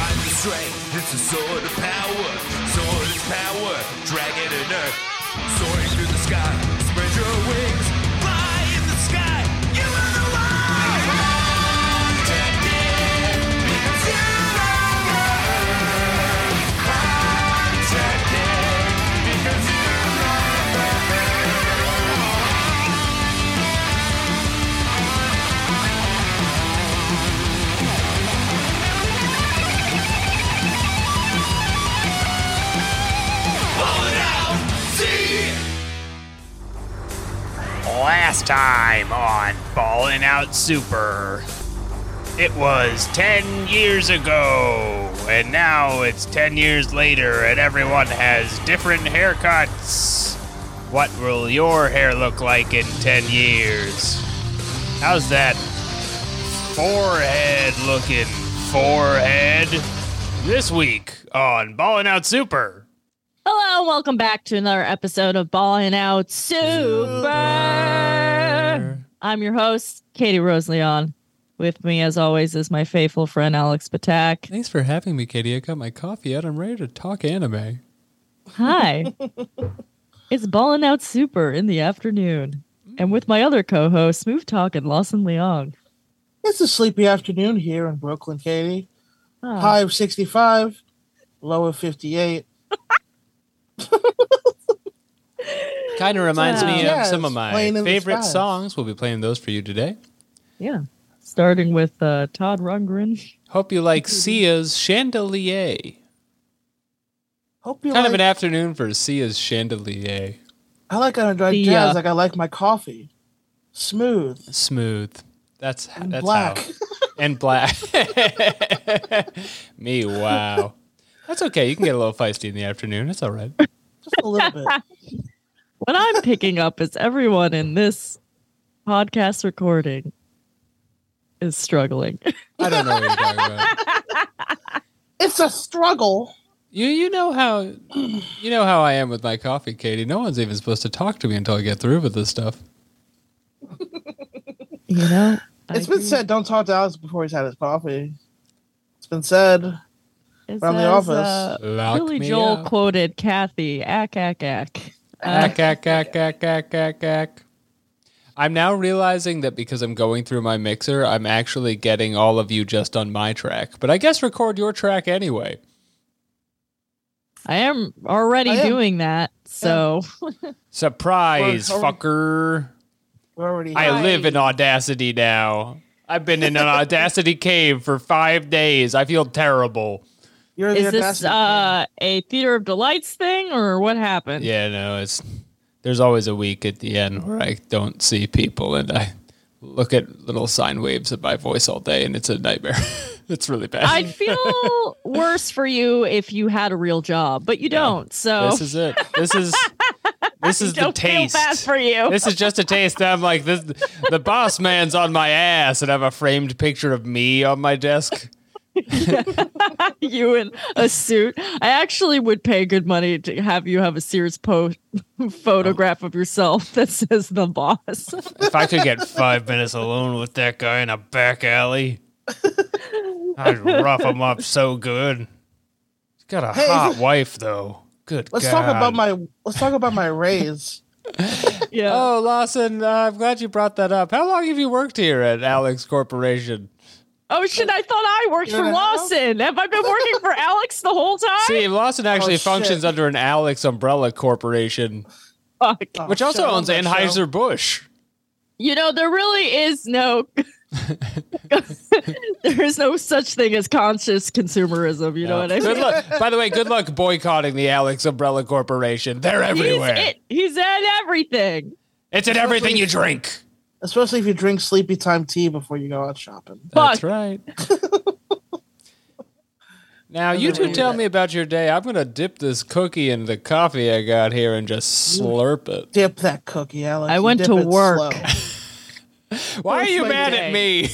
strength. It's a sword of power. Sword is power. Dragon and earth. Soaring through the sky. Spread your wings. Fly in the sky. You are the one. Protected. Means you're on the earth. Protected. Because you're on the earth. Pull it out. See. Last time on Ballin' Out Super, it was 10 years ago, and now it's 10 years later, and everyone has different haircuts. What will your hair look like in 10 years? How's that forehead looking, forehead? This week on Ballin' Out Super. Hello, and welcome back to another episode of Ballin' Out Super. I'm your host, Katie Rose Leon. With me, as always, is my faithful friend Alex Patak. Thanks for having me, Katie. I got my coffee out. I'm ready to talk anime. Hi. it's Ballin' Out Super in the afternoon, and with my other co-host, Smooth Talk and Lawson Leong. It's a sleepy afternoon here in Brooklyn, Katie. Oh, High of 65, low of 58. Kind of reminds me Yeah. of some of my Playing in the favorite skies. songs. We'll be playing those for you today. Yeah. Starting with uh, Todd Rundgren. Hope you like Sia's Chandelier. Hope you Kind like, of an afternoon for Sia's Chandelier. I like underdog The, jazz uh, like I like my coffee. Smooth. Smooth. That's And that's black. how. And black. me, wow. That's okay. You can get a little feisty in the afternoon. It's all right. Just a little bit. What I'm picking up is everyone in this podcast recording is struggling. I don't know what you're talking about. It's a struggle. You you know how you know how I am with my coffee, Katie. No one's even supposed to talk to me until I get through with this stuff. You know, I It's been do- said don't talk to Alex before he's had his coffee. It's been said. It from The says, Office. uh, Lock Billy me Joel up. quoted Kathy, ack, ack, ack. Uh, Ack, ack, ack, ack, ack, ack, ack. I'm now realizing that because I'm going through my mixer, I'm actually getting all of you just on my track. But I guess record your track anyway. I am already I am. doing that. So, Surprise, Or- or- fucker. We're already I live in Audacity now. I've been in an Audacity cave for five days. I feel terrible. You're the is this audacity uh, a Theater of Delights thing or what happened? Yeah, no, it's there's always a week at the end where I don't see people and I look at little sine waves of my voice all day and it's a nightmare. it's really bad. I'd feel worse for you if you had a real job, but you don't. So, This is it. This is this is the don't feel taste. bad for you. This is just a taste. I'm like this the boss man's on my ass and I have a framed picture of me on my desk. you in a suit. I actually would pay good money to have you have a Sears po- photograph of yourself that says the boss. If I could get five minutes alone with that guy in a back alley, I'd rough him up so good. He's got a Hey. hot wife though. Good Let's God. talk about my let's talk about my raise. yeah. Oh, Lawson, uh, I'm glad you brought that up. How long have you worked here at Alex Corporation? Oh shit, I thought I worked You for don't know? Lawson. Have I been working for Alex the whole time? See, Lawson actually Oh, shit. functions under an Alex umbrella corporation, Fuck. Oh, which also shit, I love owns that show. Anheuser Busch. You know, there really is no there is no such thing as conscious consumerism, you know what I Good mean? luck. By the way, good luck boycotting the Alex umbrella corporation. They're everywhere. He's it. He's at everything. It's in everything you drink. Especially if you drink sleepy time tea before you go out shopping. That's Fuck. right. now you Another two way tell that- me about your day. I'm gonna dip this cookie in the coffee I got here and just slurp it. Dip that cookie, Alex. I You went dip to it work. slow. Why are That's you my mad day. at me?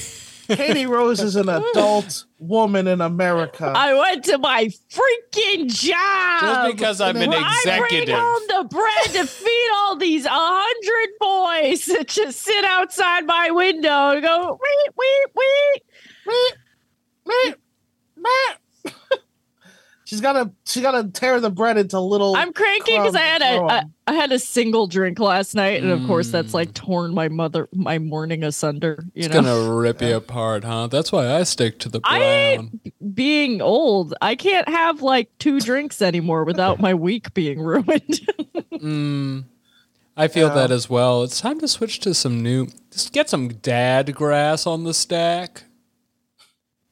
Katie Rose is an adult woman in America. I went to my freaking job. Just because I'm an Well, Where I executive. bring home the bread to feed all these a hundred boys that just sit outside my window and go wait, wait, wait. She's gotta she's gotta tear the bread into little. I'm cranky because I had a, crumbs. a I had a single drink last night, and of course Mm. that's like torn my mother my morning asunder. You It's know, gonna rip you apart, huh? That's why I stick to the I- brown. being old, I can't have like two drinks anymore without my week being ruined. I, feel that as well. It's time to switch to some new. Just get some dad grass on the stack.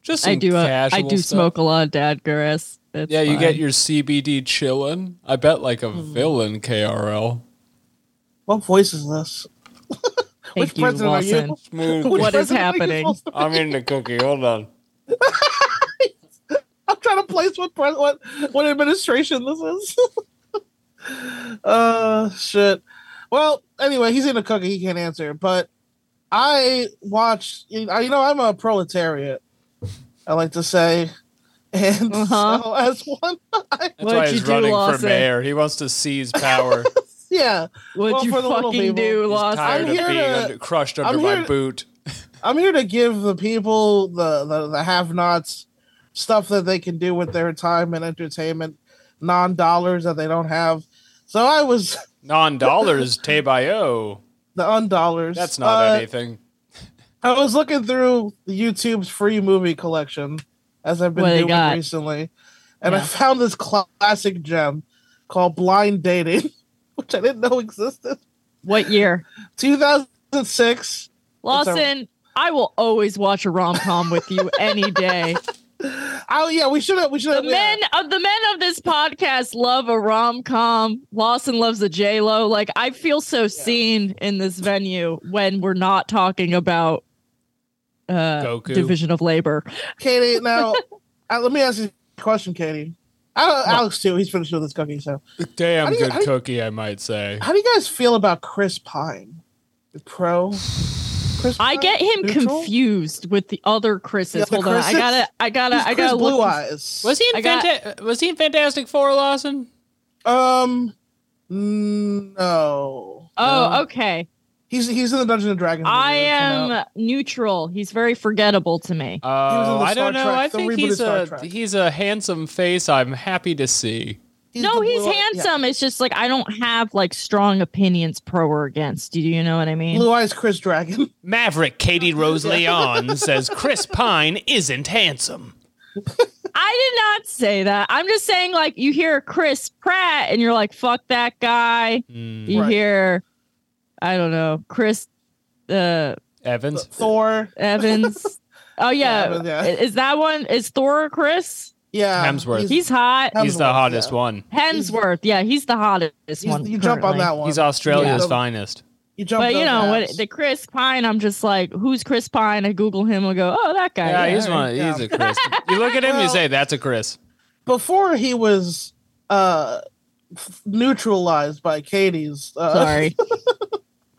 Just some I do uh, casual I do stuff. smoke a lot of dad grass. It's Yeah, you fine. get your CBD chillin'. I bet like a Mm. villain, KRL. What Oh, voice is this? Thank you, president are you? Wilson. Which What is president are you happening? supposed to- I'm in the cookie. Hold on. I'm trying to place what pres- what what administration this is. uh shit. Well, anyway, he's in a cookie. He can't answer. But I watched. You know, you know, I'm a proletariat. I like to say, and Uh-huh. so as one, What'd That's why you he's do, running for Lawson? mayor. He wants to seize power. yeah, What'd Well, you for the little fucking do, people, He's Lawson? tired I'm of here being to- under, crushed under I'm my here to- boot. I'm here to give the people the the, the have-nots stuff that they can do with their time and entertainment, non-dollars that they don't have. So I was Non dollars, Tabayo. the undollars. That's not Uh, anything. I was looking through YouTube's free movie collection as I've been What they doing got? recently, and I Yeah. found this cla- classic gem called Blind Dating, which I didn't know existed. What year, 2006. Lawson? I will always watch a rom com with you any day. Oh yeah, we should have. We should The have. men of the men of this podcast love a rom com. Lawson loves a J Lo. Like I feel so seen in this venue when we're not talking about uh, Goku. division of labor. Katie, now uh, let me ask you a question, Katie. I don't, Alex too. He's finished with his cookie. So, Damn How do you- good how do you- cookie, I might say. how do you guys feel about Chris Pine, the pro? Chris I Pine? get him Uh, Neutral? confused with the other Chris's. The other Hold on, I Chris's? gotta, I gotta, Who's I Chris gotta Blue look. Eyes. Was he I in got- Fanta- Was he in Fantastic Four, Lawson? Um, no. Oh, No. okay. He's he's in the Dungeons and Dragons. movie I that's come out. Uh, am neutral. He's very forgettable to me. Oh, in the I Star don't know. Trek- I the think rebooted he's Star a Trek. he's a handsome face. I'm happy to see. no, the he's blue- handsome. It's just like I don't have like strong opinions pro or against. Do you know what I yeah. mean? Blue eyes, Chris Dragon. Maverick Katie Rose Leon says Chris Pine isn't handsome. I did not say that. I'm just saying like you hear Chris Pratt and you're like fuck that guy. Mm, You Right. hear I don't know, Chris uh Evans. Thor. Evans. oh yeah. Evans, yeah. Is that one is Thor Chris? Yeah, Hemsworth. He's, He's hot. Hemsworth, He's the hottest yeah. one. Hemsworth. Yeah, he's the hottest He's- one. you jump on currently. that one. He's Australia's Yeah. finest. You jump. But you those know abs. what? The Chris Pine. I'm just like, who's Chris Pine? I Google him. I go, oh, that guy. Yeah, he's all right. one. yeah. He's a Chris. You look at him, you Well- say that's a Chris. Before he was uh f- neutralized by Katie's. Uh, Sorry,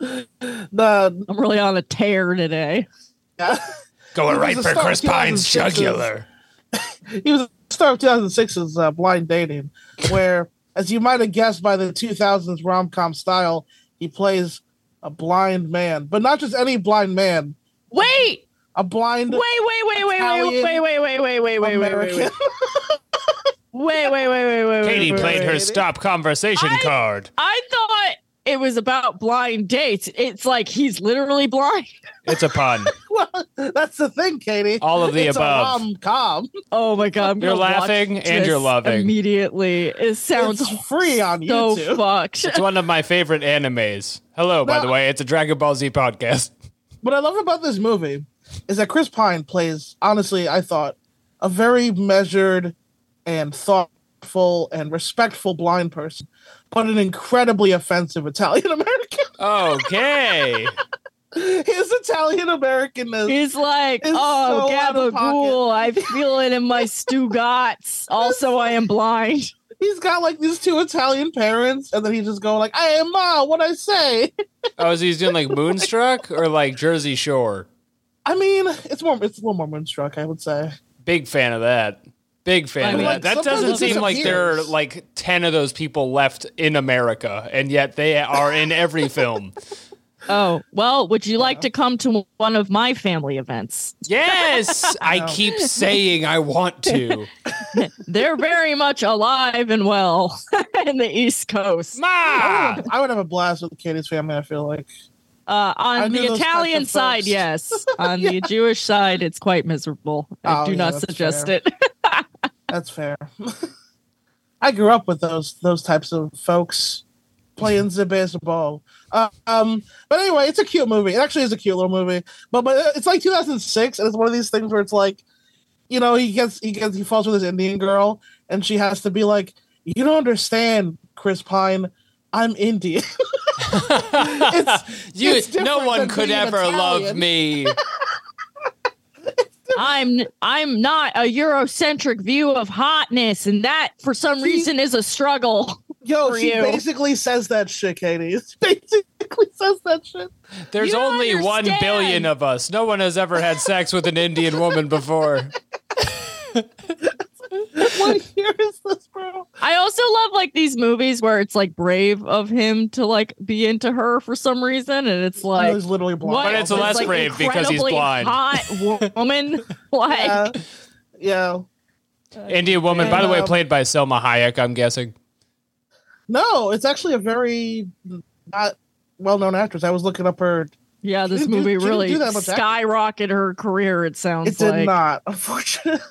The I'm really on a tear today. Going He right was a for star Chris in Pine's 2006's. jugular. he was a star of 2006's uh, Blind Dating, where, as you might have guessed by the 2000s rom com style, he plays a blind man, but not just any blind man, Wait, a blind wait, wait, wait, wait, wait, wait, wait, wait, wait, wait, wait, wait, wait, wait, American. wait, wait, wait, wait. Katie wait, played wait. her stop conversation I- card. I thought it was about blind dates. It's like he's literally blind. It's a pun. Well, that's the thing, Katie. All of the it's above. A rom-com. Oh my god, I'm You're gonna watch laughing and you're this loving. immediately. It sounds It's free on so YouTube. fucked. It's one of my favorite animes. Hello, by No. the way, it's a Dragon Ball Z podcast. What I love about this movie is that Chris Pine plays, honestly, I thought, a very measured and thoughtful and respectful blind person, but an incredibly offensive Italian American. Okay. His Italian Americanness. He's like, It's oh, so out of pocket." Gabagool, I feel it in my Stugats. Also, I am blind. He's got like these two Italian parents, and then he's just going like, "I am ma, what I say." Oh, is he doing like Moonstruck or like Jersey Shore? I mean, it's more, it's a little more moonstruck, I would say. Big fan of that. Big fan I of mean, that. That sometimes doesn't it seem like there are disappears. like 10 of those people left in America, and yet they are in every film. Oh, well, would you like to come to one of my family events? Yes, I No. keep saying I want to. They're very much alive and well in the East Coast. Ma! I would have a blast with Katie's family. I feel like Uh, I on knew the those types Italian of side, folks. yes. On the Jewish side, it's quite miserable. I Oh, do yeah, not that's suggest fair. it. that's fair. I grew up with those those types of folks playing the baseball. Uh, um, but anyway, it's a cute movie. It actually is a cute little movie. But but it's like 2006, and it's one of these things where it's like, you know, he gets he gets he falls with this Indian girl, and she has to be like, you don't understand, Chris Pine. I'm Indian. It's- you, it's different no one than could being ever love Italian. me. I'm I'm not a Eurocentric view of hotness, and that for some See? reason is a struggle. Yo, For she you. basically says that shit, Katie. She basically says that shit. There's You don't only one understand. billion of us. No one has ever had sex with an Indian woman before. What year is this, bro? I also love like these movies where it's like brave of him to like be into her for some reason, and it's He like was literally blind. what? But it's This, less like, brave because he's incredibly blind. Hot woman, like Yeah. yeah. Indian woman, by the way, Um, played by Selma Hayek, I'm guessing. No, it's actually a very not well known actress. I was looking up her. yeah, this She didn't do- movie she didn't really do that much acting. skyrocketed her career. It sounds It did like not, unfortunately.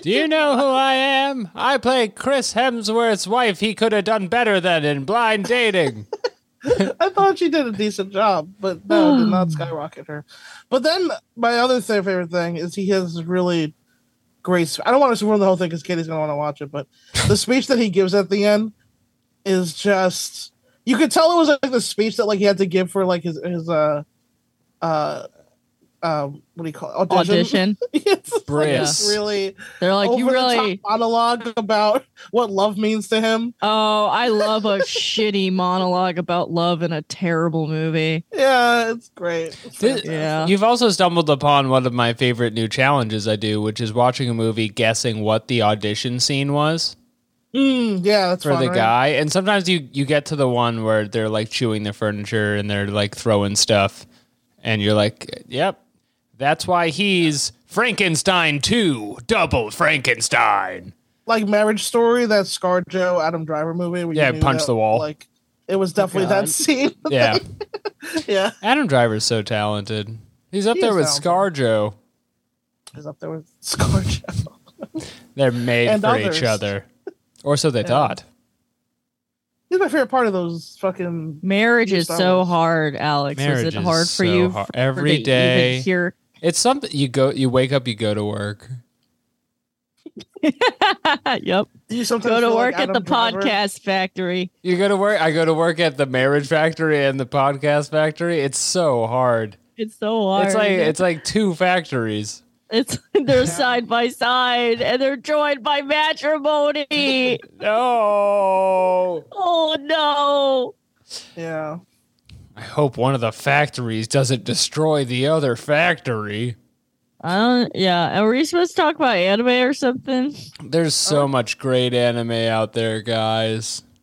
Do you know who I am? I play Chris Hemsworth's wife he could have done better than in blind dating. I thought she did a decent job, but no, it did not skyrocket her. But then my other th- favorite thing is he has this really great. sp- I don't want to ruin the whole thing because Katie's gonna want to watch it, but the speech that he gives at the end is just. You could tell it was like the speech that like he had to give for like his his uh uh um what do you call it? audition? audition. it's like, Brisk. really They're like, you over the really. top monologue about what love means to him. Oh, I love a shitty monologue about love in a terrible movie. Yeah, it's great. It's This- fantastic. Yeah. You've also stumbled upon one of my favorite new challenges I do, which is watching a movie guessing what the audition scene was Mm, yeah, that's for fun, the right? guy. And sometimes you, you get to the one where they're like chewing the furniture and they're like throwing stuff. And you're like, yep, that's why he's Frankenstein 2, double Frankenstein. Like Marriage Story, that ScarJo Adam Driver movie. Where you Yeah, knew punch that, the wall. Like it was definitely Oh, God. that scene. Yeah. yeah, Adam Driver's so talented. He's up He there is with talented. ScarJo. is up there with ScarJo. They're made And for each others. other. Or so they thought. He's my favorite part of those fucking. Marriage is Star so Wars. hard, Alex. Marriage is is it hard for so you hard. for- Every to even day. hear- It's something you go you wake up, you go to work. yep. Do you sometimes Go to feel like work at Adam the Driver? podcast factory. You go to work I go to work at the marriage factory and the podcast factory. It's so hard. It's so hard. It's like it's like two factories. It's they're side by side and they're joined by matrimony. No. oh no. Yeah, I hope one of the factories doesn't destroy the other factory. I don't yeah. Are we supposed to talk about anime or something? There's so much great anime out there, guys.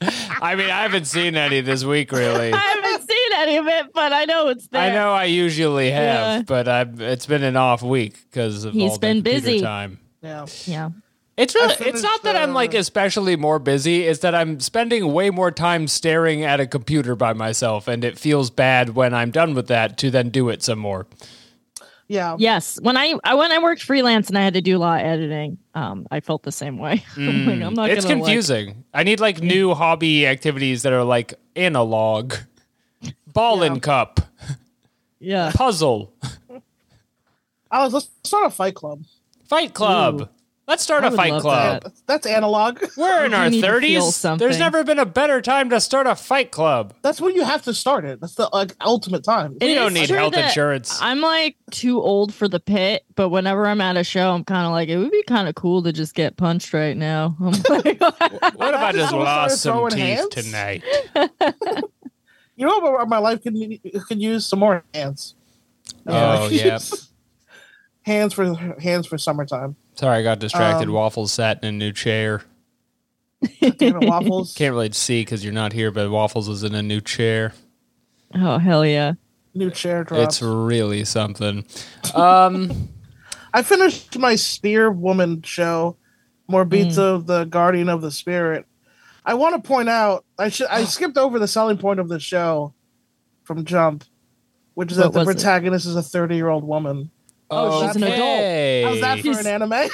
I mean, I haven't seen any this week, really. I haven't seen any of it, but I know it's there. I know I usually have, Yeah. but I've, it's been an off week because of He's all been the computer busy. time. yeah. Yeah. It's really, finished, it's not that I'm like uh, especially more busy. It's that I'm spending way more time staring at a computer by myself, and it feels bad when I'm done with that to then do it some more. Yeah, Yes. When I, I when I worked freelance and I had to do a lot of editing, um, I felt the same way. I'm like, I'm not Mm, it's gonna, like- confusing. I need like new hobby activities that are like analog, ball and cup, yeah. puzzle, I was. Let's start a Fight Club. fight club. Ooh. Let's start I a would fight love club. that. That's- That's analog. We're in You our need to feel 30s. There's something. never been a better time to start a fight club. That's when you have to start it. That's the like ultimate time. We It don't is need true health that insurance. I'm like too old for the pit, but whenever I'm at a show, I'm kind of like, it would be kind of cool to just get punched right now. I'm like, What if I just someone started lost some throwing teeth hands? tonight? you know what my life could could use some more hands. Uh, Oh, yep. hands for hands for summertime. Sorry, I got distracted. Um, Waffles sat in a new chair. Damn it, waffles. Can't really see because you're not here, but Waffles is in a new chair. oh hell yeah. New chair drop. It's really something. Um, I finished my Spear Woman show, Morbito, the Guardian of the Spirit. I want to point out I should I skipped over the selling point of the show from Jump, which is What that the was it? protagonist is a thirty year old woman. Oh, she's an adult. How's that for She's- an anime?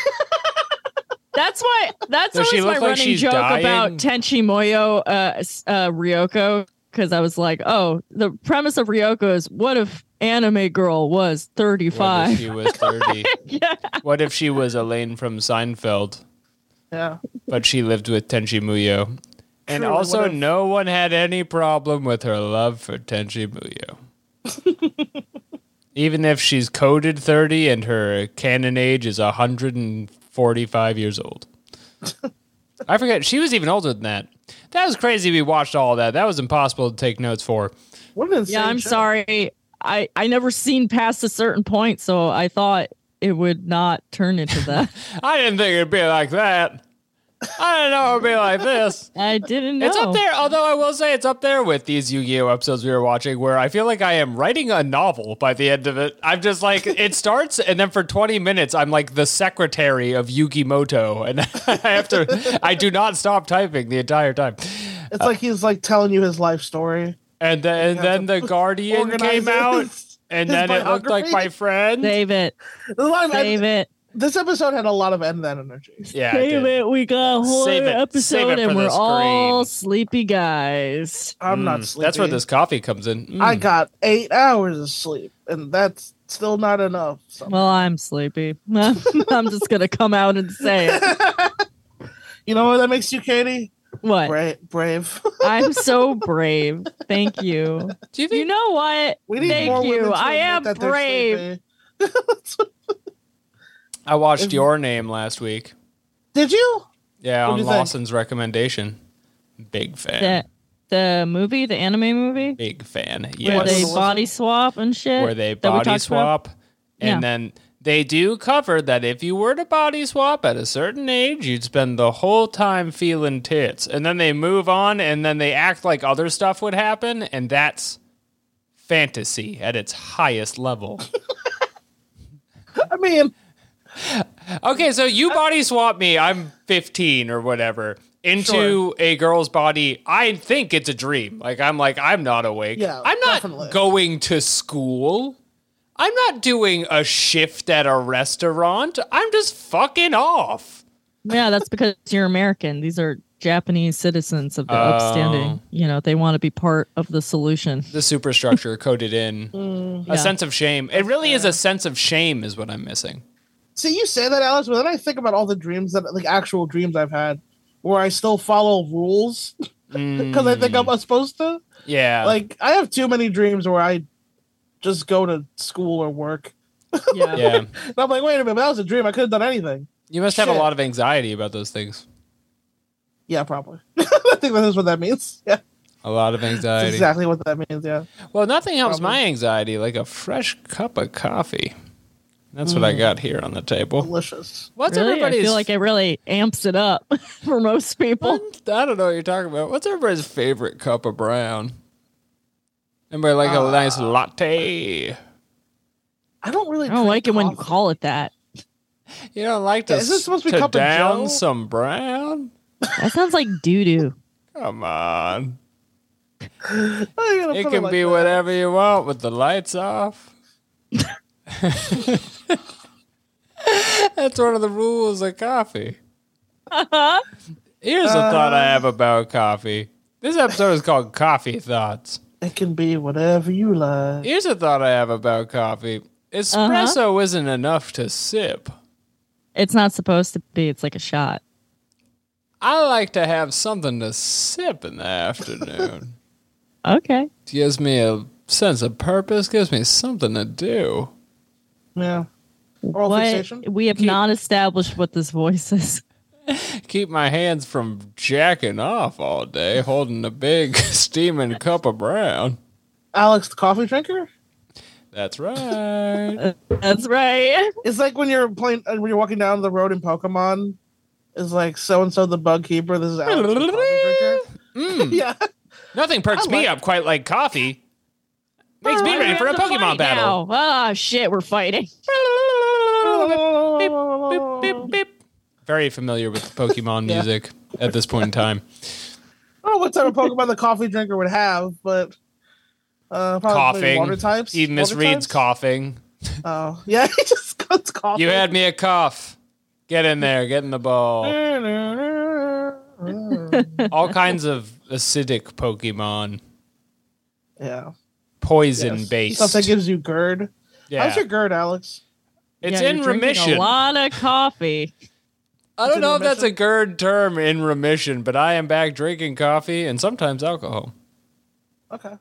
That's why. That's Does she always my look like running she's joke about dying? Tenchi Muyo, uh, s- uh, Ryoko, because I was like, oh, the premise of Ryoko is what if anime girl was thirty What if five? she was 30? Yeah. What if she was Elaine from Seinfeld, yeah. but she lived with Tenchi Muyo? And True, also, what if- no one had any problem with her love for Tenchi Muyo. Even if she's coded 30 and her canon age is 145 years old. I forget, she was even older than that. That was crazy. We watched all that. That was impossible to take notes for. What an insane Yeah, I'm show. sorry. I I never seen past a certain point, so I thought it would not turn into that. I didn't think it'd be like that. I didn't know it'd be like this. I didn't know. It's up there, although I will say it's up there with these Yu Gi Oh episodes we were watching, where I feel like I am writing a novel by the end of it. I'm just like, it starts, and then for 20 minutes, I'm like the secretary of Yukimoto, and I have to, I do not stop typing the entire time. It's like he's like telling you his life story. And then, and then the Guardian Organize came out, his- and his then it looked like biography. my friend. Save it. There's a lot of- Save it. this episode had a lot of end that energy. yeah, I Save did. it. We got a whole Save it. Save it episode for and we're the all screen. sleepy guys. I'm not Mm, sleepy. That's where this coffee comes in. Mm. I got eight hours of sleep, and that's still not enough. So- Well, I'm sleepy. I'm just gonna come out and say it. you know what that makes you, Katie? What? Bra- brave. I'm so brave. Thank you. Do you think You know what? we need Thank more you. women to I admit am that they're brave. sleepy. I watched Your Name last week? Did you? Yeah, What'd on you think? Lawson's recommendation. Big The fan. the movie, the anime movie, Big fan. where Yes. they Yes. body swap and shit. where they that we body talked about? swap. And Yeah. then they do cover that if you were to body swap at a certain age, you'd spend the whole time feeling tits. And then they move on and then they act like other stuff would happen. And that's fantasy at its highest level. I mean, okay, so you Uh, body swap me, I'm 15 or whatever, into Sure. a girl's body. I think it's a dream. Like, I'm like, I'm not awake. Yeah, I'm not definitely. going to school. I'm not doing a shift at a restaurant. I'm just fucking off. Yeah, that's because you're American. These are Japanese citizens of the Oh. upstanding. You know, they want to be part of the solution. The superstructure coded in Mm, yeah. a sense of shame. It really is a sense of shame, is what I'm missing. see, you say that, Alex, but then I think about all the dreams that, like, actual dreams I've had, where I still follow rules because I think I'm supposed to. Mm. Yeah. Like, I have too many dreams where I just go to school or work. Yeah. yeah. And I'm like, wait a minute, that was a dream. I could have done anything. You must have a Shit. lot of anxiety about those things. Yeah, probably. I think that is what that means. Yeah, A lot of that's anxiety. exactly what that means. Yeah. Well, nothing helps Probably. my anxiety like a fresh cup of coffee. That's what I got here on the table. Delicious. What's Really? I everybody's? feel like it really amps it up for most people. I don't know what you're talking about. What's everybody's favorite cup of brown? Anybody like a nice latte? I don't really. I don't like it when you coffee. call it that. You don't like to, Yeah, is this supposed to be to cup of down Joe? some brown? That sounds like doo doo. Come on, Why are you gonna it put can like be that? whatever you want with the lights off. That's one of the rules of coffee. Uh-huh. Uh, Here's a thought I have about coffee. This episode is called Coffee Thoughts. It can be whatever you like. Here's a thought I have about coffee. Espresso isn't enough to sip. It's not supposed to be. It's like a shot. I like to have something to sip in the afternoon. Okay. gives me a sense of purpose, gives me something to do. Yeah. Oral What? fixation. We have not established what this voice is. Keep my hands from jacking off all day holding a big steaming cup of brown. Alex, the coffee drinker. That's right. That's right. It's like when you're playing uh, when you're walking down the road in Pokemon. It's like so and so the bug keeper. This is Alex, the coffee Mm. drinker. yeah. Nothing perks I me like- up quite like coffee. Makes me Why do ready we for a have to Pokemon fight battle. now? Ah, shit, we're fighting. Beep, beep, beep, beep. Very familiar with Pokemon Yeah. music at this point in time. I don't know what type of Pokemon the coffee drinker would have, but uh, probably coughing. water types. He Water misreads types? coughing. Oh, yeah, he just goes coughing. You had me a cough. Get in there. Get in the ball. All kinds of acidic Pokemon. yeah. Poison based. Stuff that gives you GERD. yeah. How's your GERD, Alex? it's Yeah, in you're drinking remission. A lot of coffee. I don't in know if that's a remission? GERD term in remission, but I am back drinking coffee and sometimes alcohol. Okay.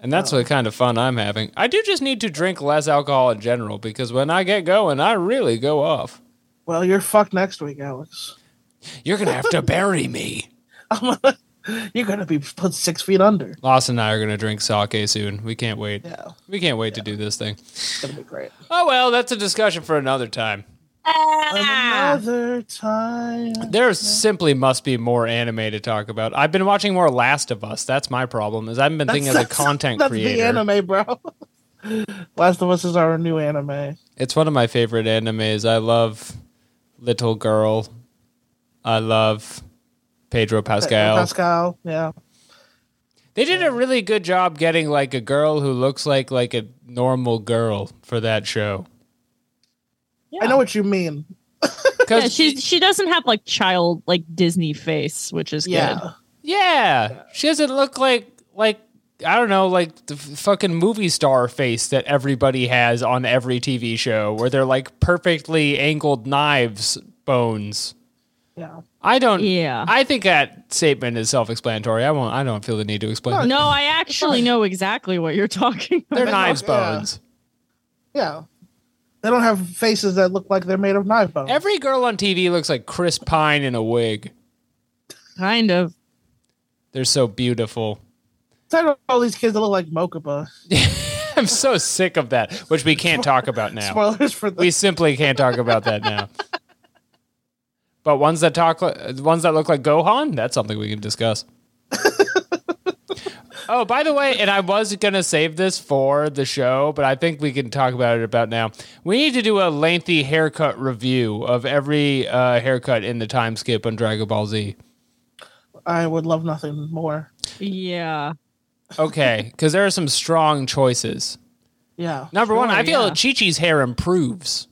And that's Oh. the kind of fun I'm having. I do just need to drink less alcohol in general because when I get going, I really go off. Well, you're fucked next week, Alex. You're going to have to bury me. You're gonna be put six feet under. Loss and I are going to drink sake soon. We can't wait. Yeah, We can't wait to do this thing. it's gonna be great. Oh, well, that's a discussion for another time. Another time. There simply must be more anime to talk about. I've been watching more Last of Us. That's my problem. Is I've been thinking as a content that's creator. the anime, bro. Last of Us is our new anime. It's one of my favorite animes. I love Little Girl. I love Pedro Pascal. Pascal, yeah. They did a really good job getting like a girl who looks like like a normal girl for that show. I know what you mean. 'Cause- Yeah, she she doesn't have like child like Disney face, which is Yeah. good. yeah, she doesn't look like like I don't know like the f- fucking movie star face that everybody has on every TV show where they're like perfectly angled knives bones. Yeah. I don't. Yeah. I think that statement is self-explanatory. I won't. I don't feel the need to explain. it. No, I actually know exactly what you're talking about. they're knives yeah. bones. Yeah. They don't have faces that look like they're made of knife bones. Every girl on TV looks like Chris Pine in a wig. Kind of. They're so beautiful. Except for all these kids that look like Mokuba. I'm so sick of that, which we can't talk about now. Spoilers for the We simply can't talk about that now. But ones that talk, li- uh, ones that look like Gohan, that's something we can discuss. oh, by the way, and I was gonna save this for the show, but I think we can talk about it about now. We need to do a lengthy haircut review of every uh, haircut in the time skip on Dragon Ball Z. I would love nothing more. Yeah. Okay, because there are some strong choices. Yeah. Number one, I feel yeah. Chi Chi's hair improves.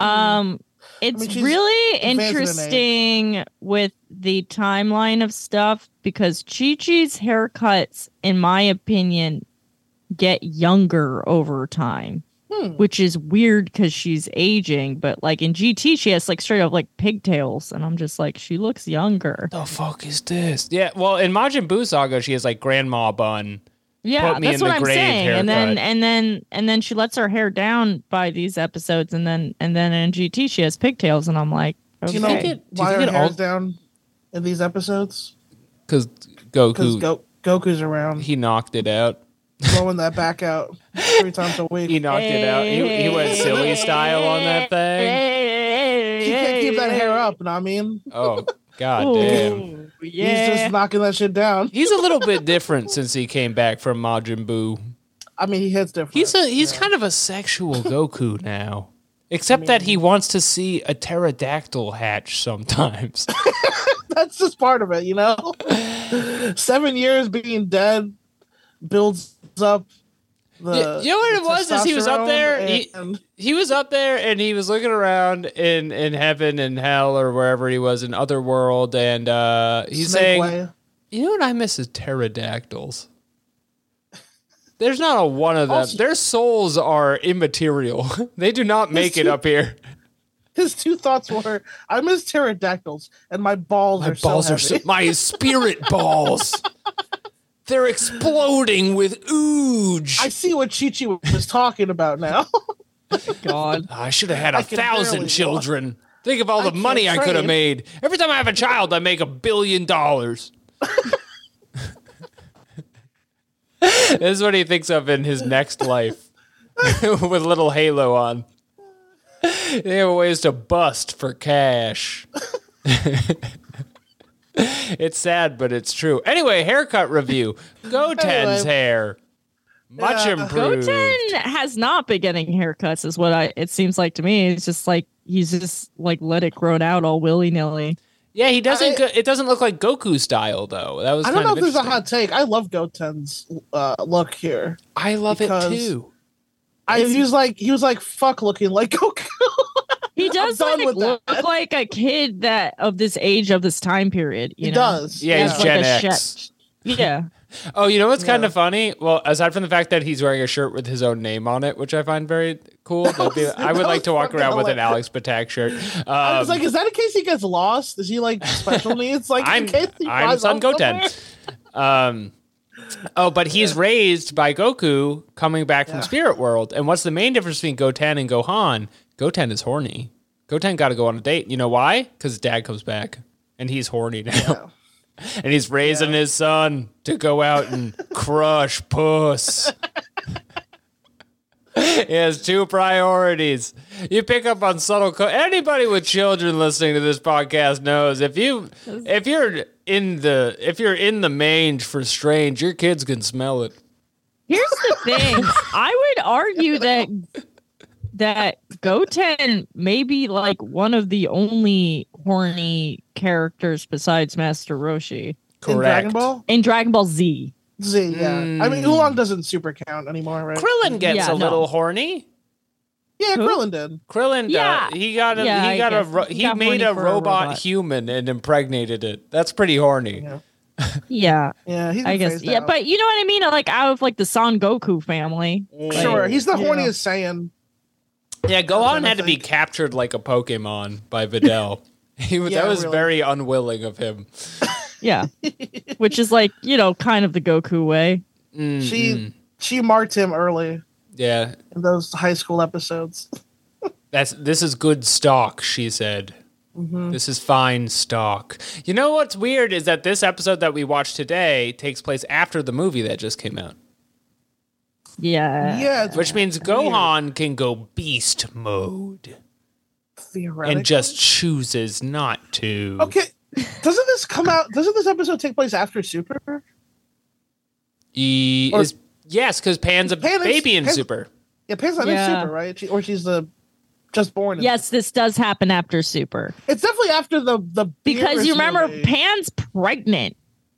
Um it's mean, she's really advanced in age. interesting with the timeline of stuff because Chi Chi's haircuts, in my opinion, get younger over time. Hmm. Which is weird because she's aging, but like in GT, she has like straight up like pigtails, and I'm just like, she looks younger. the fuck is this? Yeah, well, in Majin Buu Saga, she has like grandma bun. Yeah, Put me that's in what the I'm grave saying. And then haircut. and then and then she lets her hair down by these episodes and then and then in GT she has pigtails and I'm like, okay. Do you know think it- do you why think her it all- hair's down in these episodes? Because Because Goku, Go- Goku's around, he knocked it out. blowing that back out three times a week. He knocked it out. He, he went silly style on that thing. He can't keep that hair up, and I mean, Oh, god Ooh, damn. yeah. he's just knocking that shit down. He's a little bit different since he came back from Majin Buu. I mean, he hits different. He's a he's kind of a sexual Goku now. Except that he wants to see a pterodactyl hatch sometimes. That's just part of it, you know. Seven years being dead builds up. The Y- you know what it was is he was up testosterone there, he- and- he was up there and he was looking around in in heaven and hell or wherever he was in other world and uh he's Snake saying way. you know what i miss is pterodactyls there's not a one of them Also- their souls are immaterial they do not make it up here his two thoughts were, "I miss pterodactyls, and my balls my are balls so are so, heavy." my spirit balls they're exploding with ooge I see what Chi Chi was talking about now. God. I should have had a I can barely thousand walk. children. Think of all the can't money I could have train. made. Every time I have a child, I make a billion dollars. this is what he thinks of in his next life with little halo on. They have ways to bust for cash. it's sad, but it's true. Anyway, haircut review. Go Ten's Anyway. hair. Much Yeah. improved. Goten has not been getting haircuts, is what I it seems like to me. It's just like he's just like let it grow out all willy nilly. Yeah, he doesn't. I- go, it doesn't look like Goku style though. That was. I don't kind know of if there's a interesting. hot take. I love Goten's uh, look here. I love because- it too. I he was like he was like fuck looking like Goku. He does done like, with look that. like a kid that of this age of this time period. You he know? does. Yeah, he's That's Gen a X. shit. Yeah. Oh, you know what's kind Yeah. of funny? Well, aside from the fact that he's wearing a shirt with his own name on it, which I find very cool. That'd be- I would that like was to walk fucking around with an Alex hilarious. Patak shirt. Um, I was like, is that in case he gets lost? Is he like special needs? Like I'm, in case he I'm flies Son off Goten. somewhere? Um, oh, but he's raised by Goku coming back from Yeah. Spirit World. And what's the main difference between Goten and Gohan? Goten is horny. Goten got to go on a date. You know why? Because dad comes back and he's horny now. and he's raising his son to go out and crush puss. He has two priorities. You pick up on subtle. Co- Anybody with children listening to this podcast knows if you if you're in the if you're in the mange for strange, your kids can smell it. Here's the thing. I would argue that that Goten may be like one of the only horny characters besides Master Roshi In Dragon Correct. Hmm. Ball in Dragon Ball Z. Z, yeah. I mean, Oolong doesn't super count anymore, right? Krillin gets Yeah, a no. little horny. yeah, Who? Krillin did. Krillin, Yeah. uh, he got a Yeah, he I got a guess. ro- He he got horny made a for a robot, robot. human and impregnated it. That's pretty horny. Yeah, Yeah, yeah. He's I guess. Yeah, but you know what I mean? Like out of like the Son Goku family. Like, Mm. sure, he's the you know. horniest Saiyan. Yeah, Gohan I had to be think. captured like a Pokemon by Videl. he, was Yeah, that was really. very unwilling of him. Yeah. Which is like, you know, kind of the Goku way. Mm, mm. She she marked him early yeah, in those high school episodes. that's this is good stock. She said, Mm-hmm. "This is fine stock." You know what's weird is that this episode that we watched today takes place after the movie that just came out, Yeah. yeah, it's which means Gohan can go beast mode theoretically. and just chooses not to. okay. Doesn't this come out? Doesn't this episode take place after Super? He Or- is yes, because Pan's a Pan is- baby in Pan's- Super. Yeah, Pan's not in Yeah. Super, right? She, or she's the just born. in- Yes, this does happen after Super. it's definitely after the the Because Beerus you remember movie. Pan's pregnant.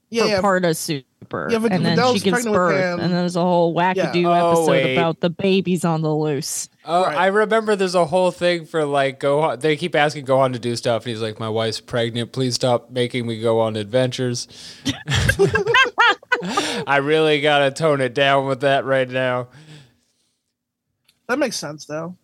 yeah, for yeah, part of Super. Yeah, but and then Vidal's she gives pregnant with birth, him. and there's a whole wackadoo Yeah. Oh, episode wait. about the babies on the loose. Oh, Right. I remember there's a whole thing for like Gohan. They keep asking Gohan to do stuff, and he's like, "My wife's pregnant. Please stop making me go on adventures." I really gotta tone it down with that right now. that makes sense though.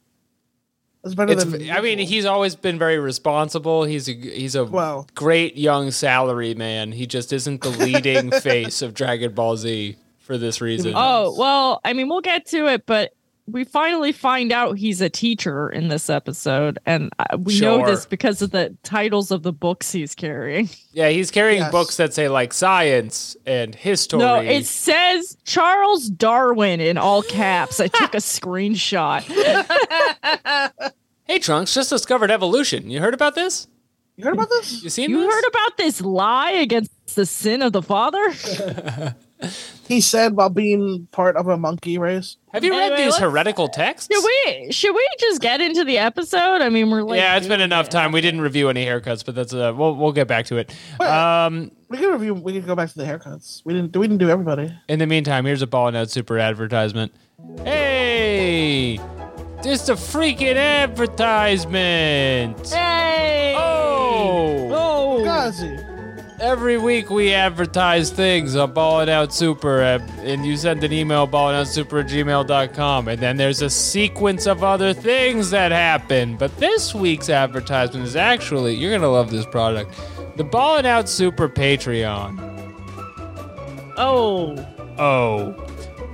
That's better It's, than. I mean, he's always been very responsible. He's a he's a Well. great young salary man. He just isn't the leading face of Dragon Ball Z for this reason. Oh well, I mean, we'll get to it, but we finally find out he's a teacher in this episode, and uh, we know Sure. this because of the titles of the books he's carrying. yeah, he's carrying Yes. books that say like science and history. No, it says Charles Darwin in all caps. I took a screenshot. Hey, Trunks just discovered evolution. You heard about this? you heard about this? You seen You this? heard about this lie against the sin of the father? He said while being part of a monkey race. Have you read Anyway, these let's- heretical texts? Should we should we just get into the episode? I mean, we're like yeah, it's been enough time. We didn't review any haircuts, but that's uh, we'll we'll get back to it. Um, We can review. We can go back to the haircuts. We didn't. We didn't do everybody. in the meantime, here's a ball and out super advertisement. Hey, just a freaking advertisement! Hey! Oh, Oh! Gazi. every week we advertise things on Ball and Out Super, uh, and you send an email ballandoutsuper at gmail.com, and then there's a sequence of other things that happen. But this week's advertisement is actually, you're going to love this product the Ball and Out Super Patreon. Oh! Oh,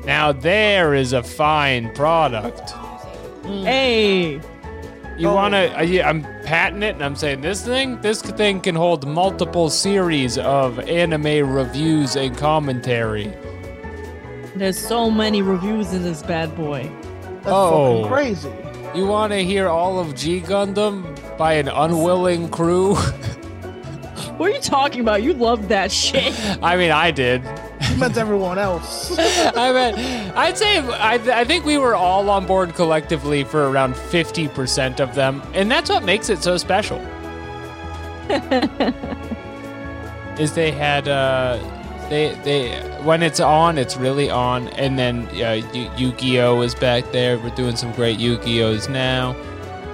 now there is a fine product. Hey! You want to? I'm patting it, and I'm saying this thing. This thing can hold multiple series of anime reviews and commentary. There's so many reviews in this bad boy. That's Oh. fucking crazy. You want to hear all of G Gundam by an unwilling crew? What are you talking about? You love that shit. I mean, I did. meant everyone else. I bet. I'd say I, I think we were all on board collectively for around fifty percent of them, and that's what makes it so special. is they had uh, they they when it's on, it's really on, and then uh, Yu- Yu-Gi-Oh is back there. We're doing some great Yu-Gi-Ohs now.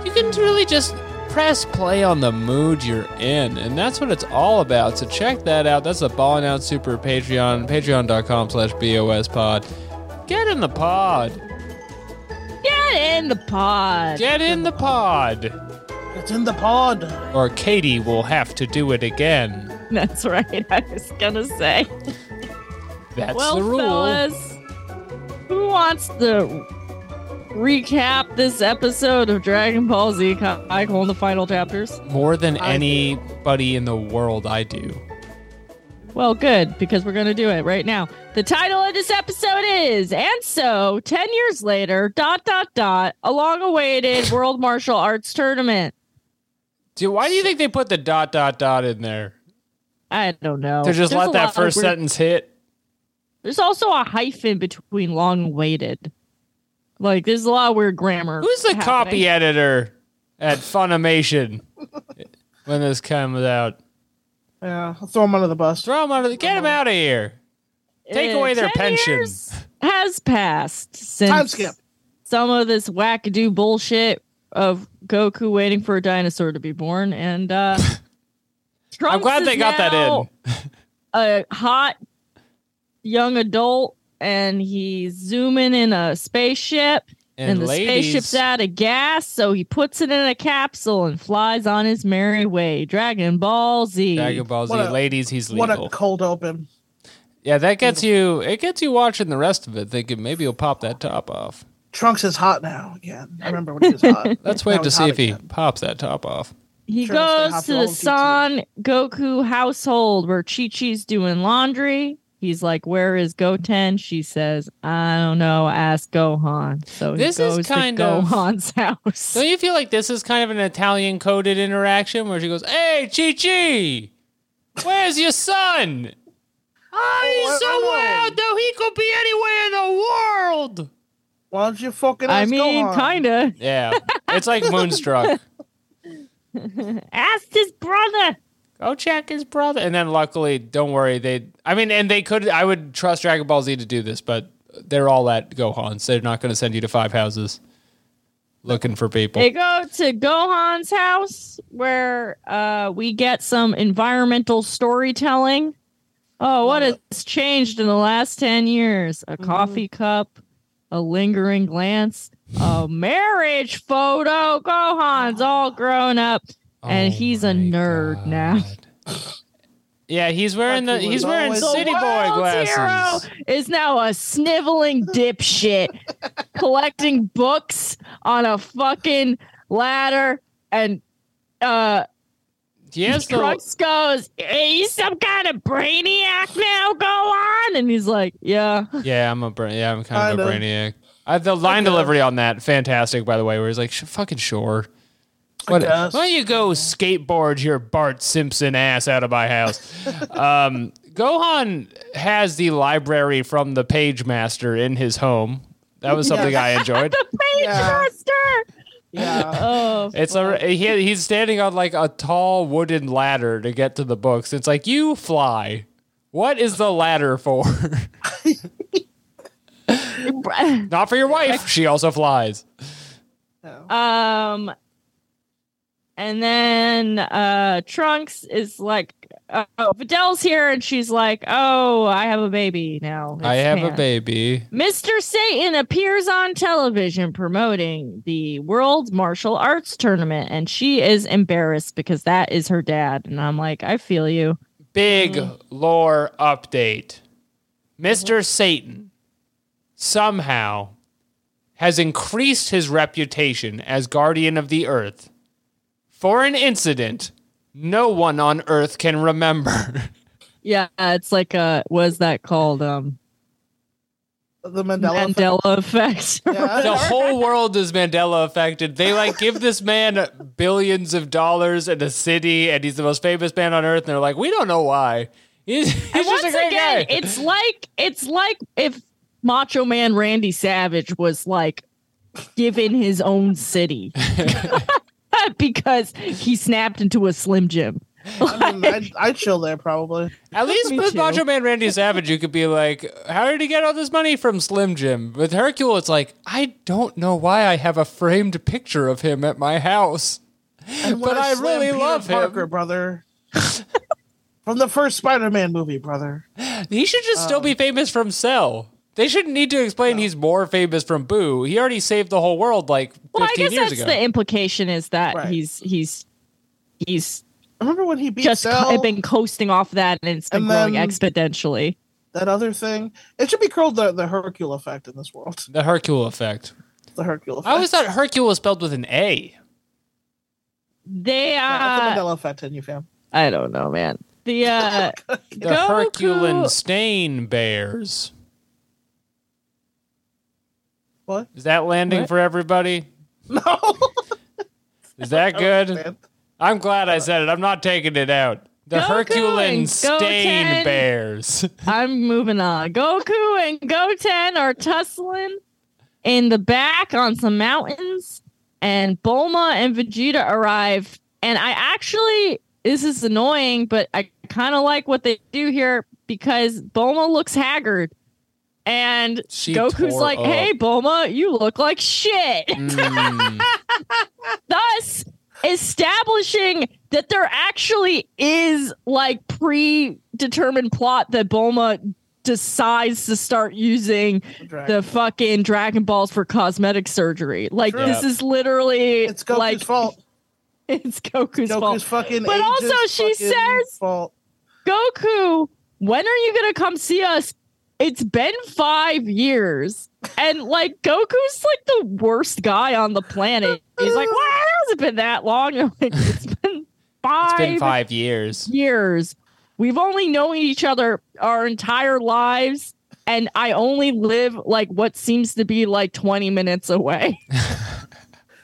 You can really just press play on the mood you're in, and that's what it's all about. So check that out. That's the Ballin' Out Super Patreon, patreon.com slash bospod. Get in the pod. Get in the pod. Get in the pod. it's in the pod. Or Katie will have to do it again. That's right. I was gonna say. That's well, the rule. fellas, who wants to recap this episode of Dragon Ball Z Kai in the final chapters? More than I- anybody in the world, I do. Well, good because we're gonna do it right now. The title of this episode is "And So, Ten Years Later." Dot dot dot. A long-awaited World Martial Arts Tournament. Dude, why do you think they put the dot dot dot in there? I don't know. To just There's a let lot of that first weird- sentence hit. There's also a hyphen between long-awaited. Like, there's a lot of weird grammar. Who's the happening. copy editor at Funimation when this comes out? Yeah, I'll throw him under the bus. Throw him under the. Get him out of here. Take Uh, away their 10 pension. years has passed since Time skip. some of this wackadoo bullshit of Goku waiting for a dinosaur to be born, and uh, Trunks I'm glad is they got that now in. A hot young adult, and he's zooming in a spaceship, and, the spaceship's out of gas, so he puts it in a capsule and flies on his merry way. Dragon Ball Z. Dragon Ball Z, What a- ladies, he's What legal. a cold open. yeah, that gets you. It gets you watching the rest of it, thinking maybe he'll pop that top off. Trunks is hot now again. I remember when he was hot. Let's wait Now to he's see hot if he again. pops that top off. He Sure, I'll goes stay to happy the all San Goku household where Chi Chi's doing laundry. He's like, Where is Goten? She says, I don't know. Ask Gohan. So he This is goes kind to of- Gohan's house. Don't you feel like this is kind of an Italian coded interaction where she goes, "Hey, Chi Chi, where's your son? Oh, he's so wild, though he could be anywhere in the world." Why don't you fucking I ask mean, Gohan? kind of. Yeah, it's like Moonstruck. Ask his brother. Go check his brother, and then luckily, don't worry. They, I mean, and they could. I would trust Dragon Ball Z to do this, but they're all at Gohan's. They're not going to send you to five houses looking for people. They go to Gohan's house where uh, we get some environmental storytelling. Oh, what has changed in the last 10 years? Mm-hmm. A coffee cup, a lingering glance, a marriage photo. Gohan's all grown up and Ah. Oh he's a my nerd now. God. Yeah, he's wearing the Like he was he's wearing always- The city boy world's glasses. hero is now a sniveling dipshit collecting books on a fucking ladder and uh He has the- Trunks goes, "Are you some kind of brainiac now? Go on!" And he's like, "Yeah, yeah, I'm a bra- yeah, I'm kind of a Kinda. brainiac. I, the line Okay. delivery on that fantastic, by the way, where he's like, "Sh- "Fucking sure." What, why guess. don't you go skateboard your Bart Simpson ass out of my house? um, Gohan has the library from the Page Master in his home. That was something I enjoyed. page Yeah. master." Yeah. Oh, It's a, he, he's standing on like a tall wooden ladder to get to the books. It's like you fly. What is the ladder for? Not for your wife. She also flies. um, and then uh, Trunks is like, uh, "Oh, Fidel's here," and she's like, "Oh, I have a baby now. I It's have a Pan. baby. Mm-hmm. Mr. Satan appears on television promoting the World Martial Arts Tournament, and she is embarrassed because that is her dad. And I'm like, I feel you. Big lore update. Mr. Satan somehow has increased his reputation as guardian of the earth for an incident no one on earth can remember. Yeah, it's like uh was that called um The Mandela. effect. Mandela, effect. Yeah. the whole world is Mandela affected. They like give this man billions of dollars and a city, and he's the most famous man on earth. And they're like, we don't know why. He's, And he's once just a great again, guy. it's like it's like if Macho Man Randy Savage was like given his own city because he snapped into a Slim Jim. I mean, I'd, I'd chill there probably. At least Me with too. Macho Man Randy Savage, you could be like, "How did he get all this money from Slim Jim?" With Hercule, it's like, "I don't know why I have a framed picture of him at my house." And when But I slammed really Peter love him. Parker, brother. From the first Spider-Man movie, brother. He should just still Um. be famous from Cell. They shouldn't need to explain he's more famous from Boo. He already saved the whole world like 15 Well, I guess years that's ago. the implication is that Right. he's he's he's Remember when he beat just co- Cell? been coasting off that and it's been And growing then- exponentially. that other thing. It should be called the, the Hercule effect in this world. The Hercule effect. The Hercule effect. I always thought Hercule was spelled with an A. They That's the uh, Mandela effect in you, fam. I don't know, man. The uh The Goku- Herculean Stain Bears. What? Is that landing What? for everybody? No. Is Oh, that good? Man. I'm glad I said it. I'm not taking it out. The Go Herculean Goons, go Stain Ken. Bears. I'm moving on. Goku and Goten are tussling in the back on some mountains, and Bulma and Vegeta arrive. And I actually, this is annoying, but I kind of like what they do here because Bulma looks haggard. And She Goku's tore like, up. hey, Bulma, you look like shit. Mm. Thus, establishing that there actually is like predetermined plot that Bulma decides to start using the Dragon. fucking Dragon Balls for cosmetic surgery. Like True. this is literally It's Goku's like fault. it's Goku's, Goku's fault. fucking. But also ageist she fucking says- fault. Goku, when are you gonna come see us? It's been five years. And like Goku's like the worst guy on the planet. He's like, Well, it hasn't been that long. I'm like, it's been It's five, been five years. years. We've only known each other our entire lives, and I only live like what seems to be like 20 minutes away.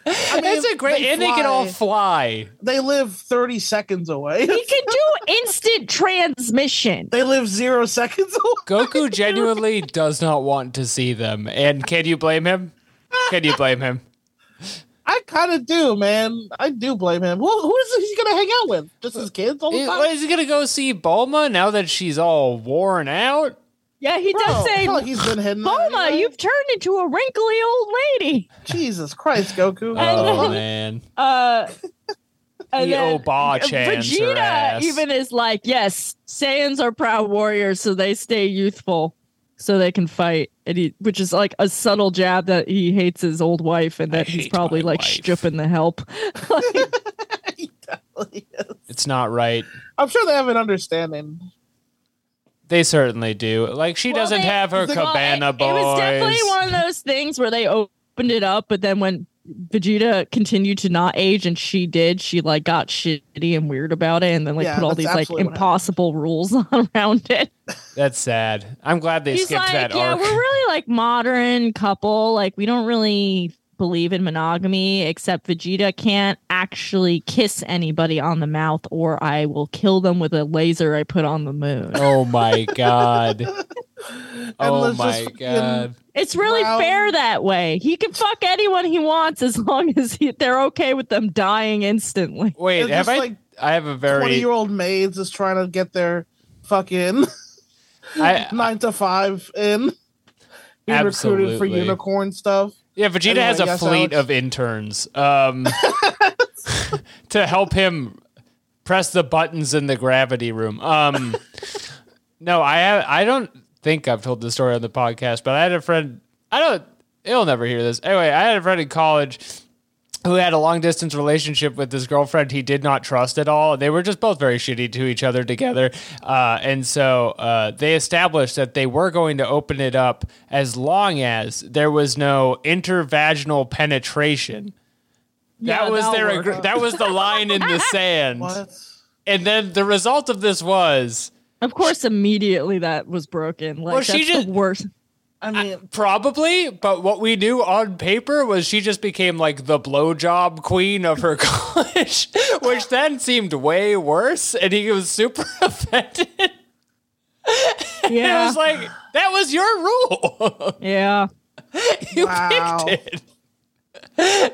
I mean, It's a great, and they can all fly. fly. They live 30 seconds away. He can do instant transmission. they live zero seconds away. Goku genuinely does not want to see them. And can you blame him? Can you blame him? I kind of do, man. I do blame him. Who, who is he going to hang out with? Just his kids all the Is, time? what, is he gonna go see Bulma now that she's all worn out? Yeah, he Bro, does say, it's not like he's been hidden. Bulma, anyway. you've turned into a wrinkly old lady. Jesus Christ, Goku. Oh man, Uh, and he then Oba chans her Vegeta ass. even is like, yes, Saiyans are proud warriors, so they stay youthful, so they can fight. And he, which is like a subtle jab that he hates his old wife, and I that he's hate probably my like wife. stripping the help. it's not right. I'm sure they have an understanding. They certainly do. Like she Well, doesn't they- have her they- Well, it, cabana it was boys. definitely one of those things where they opened it up, but then when Vegeta continued to not age and she did, she like got shitty and weird about it, and then like Yeah, put all that's these like absolutely what happened. impossible rules around it. That's sad. I'm glad they He's skipped like, that yeah, arc. we're really like modern couple. Like we don't really believe in monogamy, except Vegeta can't actually kiss anybody on the mouth, or I will kill them with a laser I put on the moon. Oh my god. oh let's just my fucking- god. It's really Well- fair that way. He can fuck anyone he wants as long as he, they're okay with them dying instantly. Wait, It's have just I? like I have a 20 very. year old maids is trying to get their fucking I, nine to five in. Being recruited for Absolutely. unicorn stuff. Yeah, Vegeta Anyway, has a yes, fleet Alex? of interns um, to help him press the buttons in the gravity room. Um, no, I have, I don't think I've told the story on the podcast, but I had a friend. I don't. He'll never hear this. Anyway, I had a friend in college who had a long distance relationship with this girlfriend he did not trust at all. They were just both very shitty to each other together. Uh, and so uh, they established that they were going to open it up as long as there was no intervaginal penetration. Yeah, that was that'll their work. agree- that was the line in the sand. What? And then the result of this was Of course, immediately that was broken. Like Well, that's she just- the worst. I mean, probably, but what we knew on paper was she just became like the blowjob queen of her college, which then seemed way worse, and he was super offended. Yeah. I was like, that was your rule. yeah. you Wow. Oh. picked it. and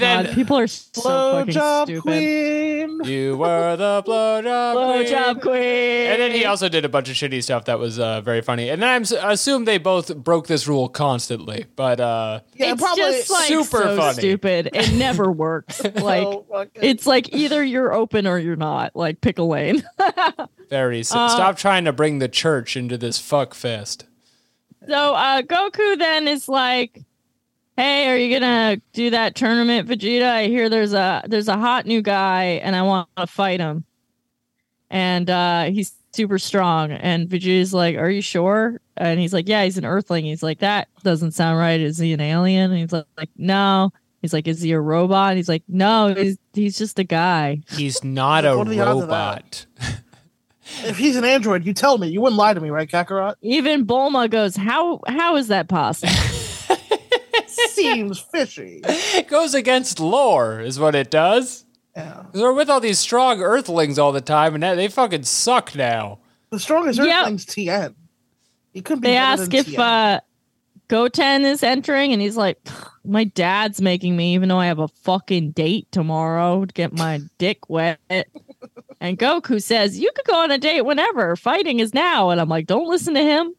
then God, people are so fucking Blowjob stupid. queen. you were the blowjob Blow queen. job queen. And then he also did a bunch of shitty stuff that was uh, very funny. And then I'm, s- I assume they both broke this rule constantly. But uh, Yeah, it's probably just like super so funny. stupid. It never works. like so fucking- it's like either you're open or you're not. Like pick a lane. very Uh, s stop trying to bring the church into this fuck fest. So uh, Goku then is like, "Hey, are you gonna do that tournament, Vegeta? I hear there's a there's a hot new guy, and I want to fight him. And uh, he's super strong. And Vegeta's like, "Are you sure? And he's like, "Yeah, he's an Earthling. He's like, that doesn't sound right. Is he an alien? And he's like, like no. He's like, is he a robot? And he's like, no, he's he's just a guy. He's not Like, a what are the odds of robot. that? if he's an android, you tell me. You wouldn't lie to me, right, Kakarot? Even Bulma goes, how how is that possible? Seems fishy. It goes against lore, is what it does. Yeah. They're with all these strong earthlings all the time, and that- they fucking suck now. The strongest Yeah. Earthling's TN. He couldn't be. they better ask than if TN. uh, Goten is entering, and he's like, "My dad's making me, even though I have a fucking date tomorrow to get my dick wet." And Goku says, "You could go on a date whenever. Fighting is now." And I'm like, "Don't listen to him."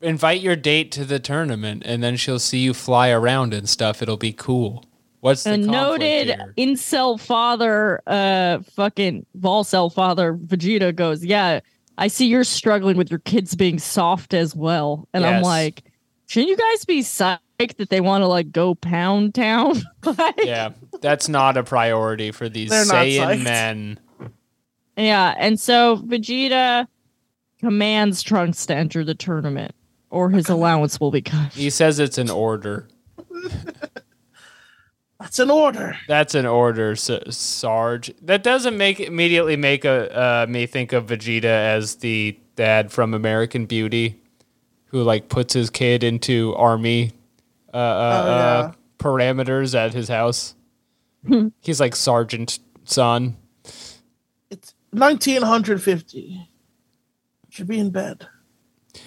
Invite your date to the tournament, and then she'll see you fly around and stuff. It'll be cool. What's the A conflict noted here? incel father, uh, fucking volcel father Vegeta goes, "Yeah, I see you're struggling with your kids being soft as well." And I'm Yes. like, "Shouldn't you guys be psyched that they want to like go pound town?" like, Yeah, that's not a priority for these They're not Saiyan psyched. men. Yeah, and so Vegeta commands Trunks to enter the tournament, or his allowance will be cut. He says it's an order. that's an order. That's an order, S- Sarge. That doesn't make immediately make a, uh, me think of Vegeta as the dad from American Beauty, who like puts his kid into army uh, uh, Oh, uh, yeah. parameters at his house. He's like sergeant son. It's 1950. Should be in bed.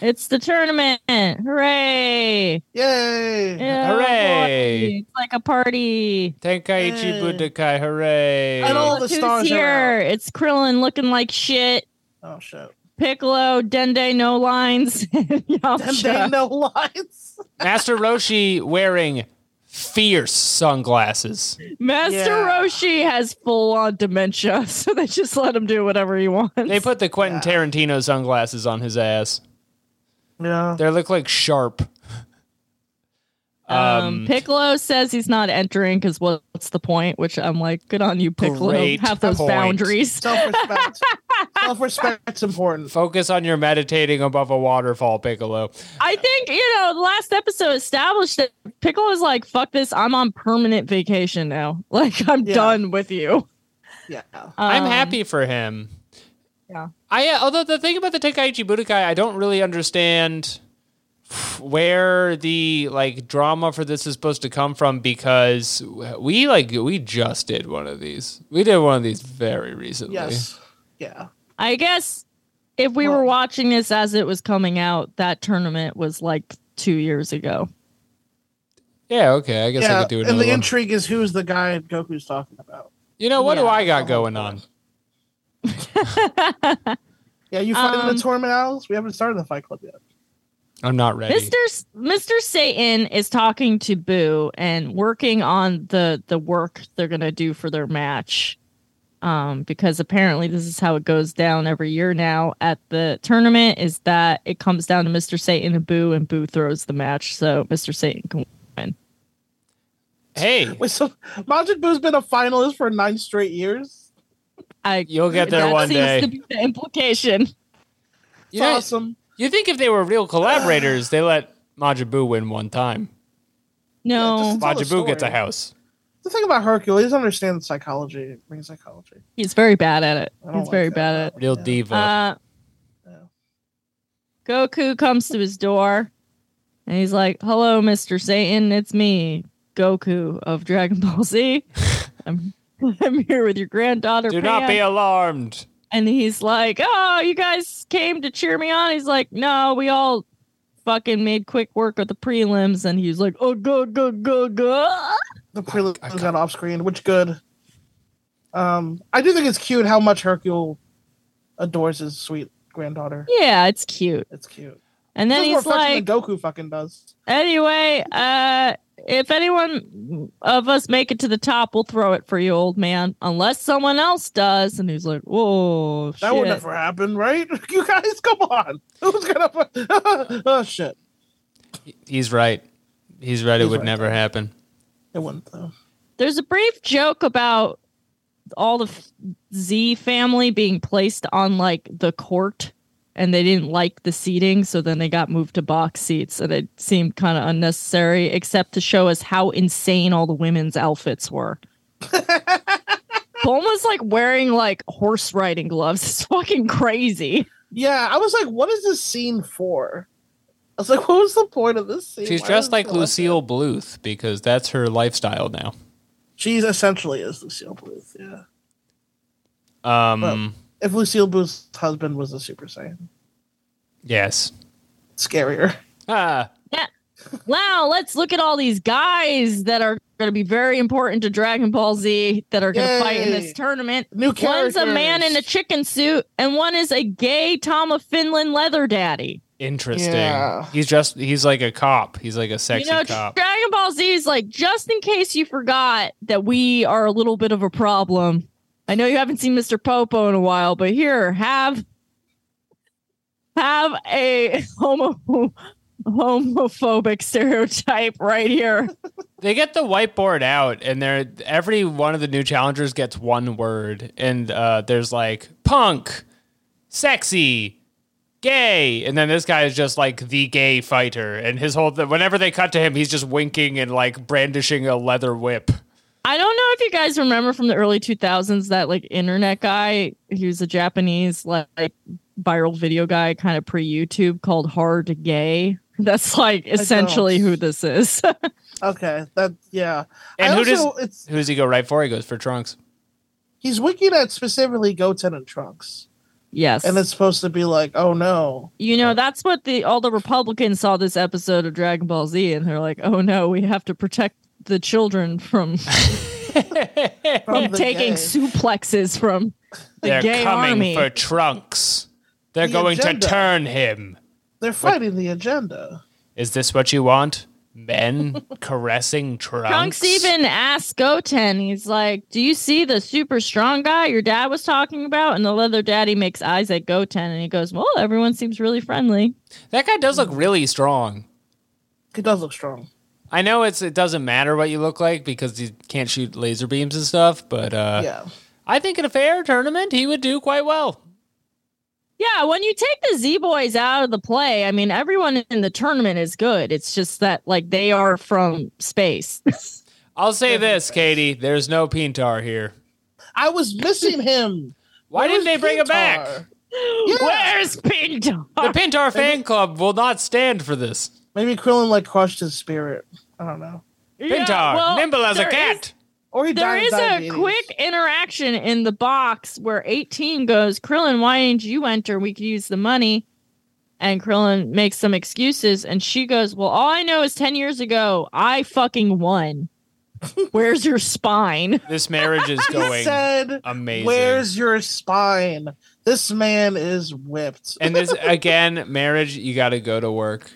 It's the tournament! Hooray! Yay! Yeah, Hooray. boy. It's like a party. Tenkaichi Hey. Budokai, hooray! And all the Look stars who's are here! It's Krillin looking like shit. Oh shit! Piccolo, Dende, no lines. and And Yamcha. they no lights. Master Roshi wearing fierce sunglasses. Master Yeah. Roshi has full on dementia, so they just let him do whatever he wants. They put the Quentin Tarantino sunglasses on his ass. Yeah. They look like sharp. Um, Piccolo says he's not entering because what's the point? Which I'm like, good on you, Piccolo. Great Have those point. boundaries. Self-respect. Self-respect's important. Focus on your meditating above a waterfall, Piccolo. I think you know. The last episode established that Piccolo's like, fuck this. I'm on permanent vacation now. Like I'm Yeah. done with you. Yeah. I'm Um, happy for him. Yeah. I uh, although the thing about the Tenkaichi Budokai, I don't really understand where the like drama for this is supposed to come from because we like we just did one of these. We did one of these very recently. Yes. Yeah. I guess if we were Well- watching this as it was coming out, that tournament was like two years ago. Yeah, okay. I guess I Yeah. could do and another the one. intrigue is who's the guy Goku's talking about. you know, what do Yeah, I got come going on. on? Yeah, you fighting Um, the tournament, Alice? We haven't started the Fight Club yet. I'm not ready. Mr. S- Mr. Satan is talking to Boo and working on the the work they're gonna do for their match. Um, because apparently this is how it goes down every year now at the tournament is that it comes down to Mr. Satan and Boo and Boo throws the match so Mr. Satan can win. Hey, Wait, so Majin Boo's been a finalist for nine straight years. I You'll get there that one seems day. to be the implication. It's you, know, awesome. you think if they were real collaborators, they let Majibu win one time. No, just- It's all a Majibu gets a story. house. The thing about Hercules, understands psychology, ring psychology. he's very bad at it. I He's don't like very that. bad at it. Real Yeah. diva. Uh, Yeah. Goku comes to his door and he's like, Hello, Mr. Satan. It's me, Goku of Dragon Ball Z. I'm, I'm here with your granddaughter. Do not Pan." be alarmed. and he's like, "Oh, you guys came to cheer me on." He's like, "No, we all fucking made quick work of the prelims." And he's like, "Oh, go, go, go, go." The prelude was on off screen, which good. Um, I do think it's cute how much Hercule adores his sweet granddaughter. Yeah, it's cute. It's cute. And then There's he's more affection like, than Goku fucking does. "Anyway, uh, if anyone of us make it to the top, we'll throw it for you, old man, unless someone else does." And he's like, "Whoa, That shit. would never happen, right? You guys, come on. Who's gonna? oh shit! He's right. He's right. it He's would right. never happen. It wouldn't though. There's a brief joke about all the f- Z family being placed on like the court and they didn't like the seating. So then they got moved to box seats and it seemed kind of unnecessary, except to show us how insane all the women's outfits were. Bulma's like wearing like horse riding gloves. It's fucking crazy. Yeah, I was like, what is this scene for? I was like, what was the point of this scene? She's Why dressed is like it that? Lucille Bluth because that's her lifestyle now. She's essentially is Lucille Bluth. Yeah. Um, If Lucille Bluth's husband was a Super Saiyan, yes. scarier. Ah, Wow, let's look at all these guys that are going to be very important to Dragon Ball Z that are going to fight in Yay. this tournament. New One's characters. a man in a chicken suit, and one is a gay Tom of Finland leather daddy. interesting. Yeah. He's just he's like a cop. He's like a sexy you know, cop. Dragon Ball Z is like, just in case you forgot that we are a little bit of a problem. I know you haven't seen Mr. Popo in a while, but here, have have a homo homophobic stereotype right here. They get the whiteboard out, and they're every one of the new challengers gets one word, and uh, there's like punk, sexy, gay, and then this guy is just like the gay fighter, and his whole whenever they cut to him, he's just winking and like brandishing a leather whip. I don't know if you guys remember from the early 2000s that like internet guy, he was a Japanese like viral video guy, kind of pre YouTube called Hard Gay. That's like essentially who this is. Okay, that yeah. And I who also, does- it's Who does he go right for? He goes for Trunks. he's winking at specifically Goten and Trunks, yes. and it's supposed to be like, oh no, you know, that's what the all the Republicans saw this episode of Dragon Ball Z and they're like, "Oh no, we have to protect the children from from the taking gay. suplexes from the They're gay coming army." for Trunks. They're The going agenda. to turn him. They're fighting the agenda. Is this what you want? Men caressing Trunks? Trunks even asked Goten, he's like, Do you see the super strong guy your dad was talking about? And the leather daddy makes eyes at Goten and he goes, Well, everyone seems really friendly. That guy does look really strong. He does look strong. I know it's it doesn't matter what you look like because you can't shoot laser beams and stuff, but uh, yeah, I think in a fair tournament he would do quite well. Yeah, when you take the Z Boys out of the play, I mean, everyone in the tournament is good. It's just that, like, they are from space. I'll say this, Katie. There's no Pintar here. I was missing him. Why Where didn't was they bring him back? Pintar? Yeah. Where's Pinto? The Pintar fan club will not stand for this. Maybe Krillin like crushed his spirit. I don't know. Pintar, nimble as a cat. Or he There died of is a diabetes. quick interaction in the box where 18 goes, Krillin, why didn't you enter? We could use the money. And Krillin makes some excuses, and she goes, Well, all I know is 10 years ago, I fucking won. Where's your spine? This marriage is He going. said, amazing. "Where's your spine? This man is whipped." and this again, marriage, you got to go to work.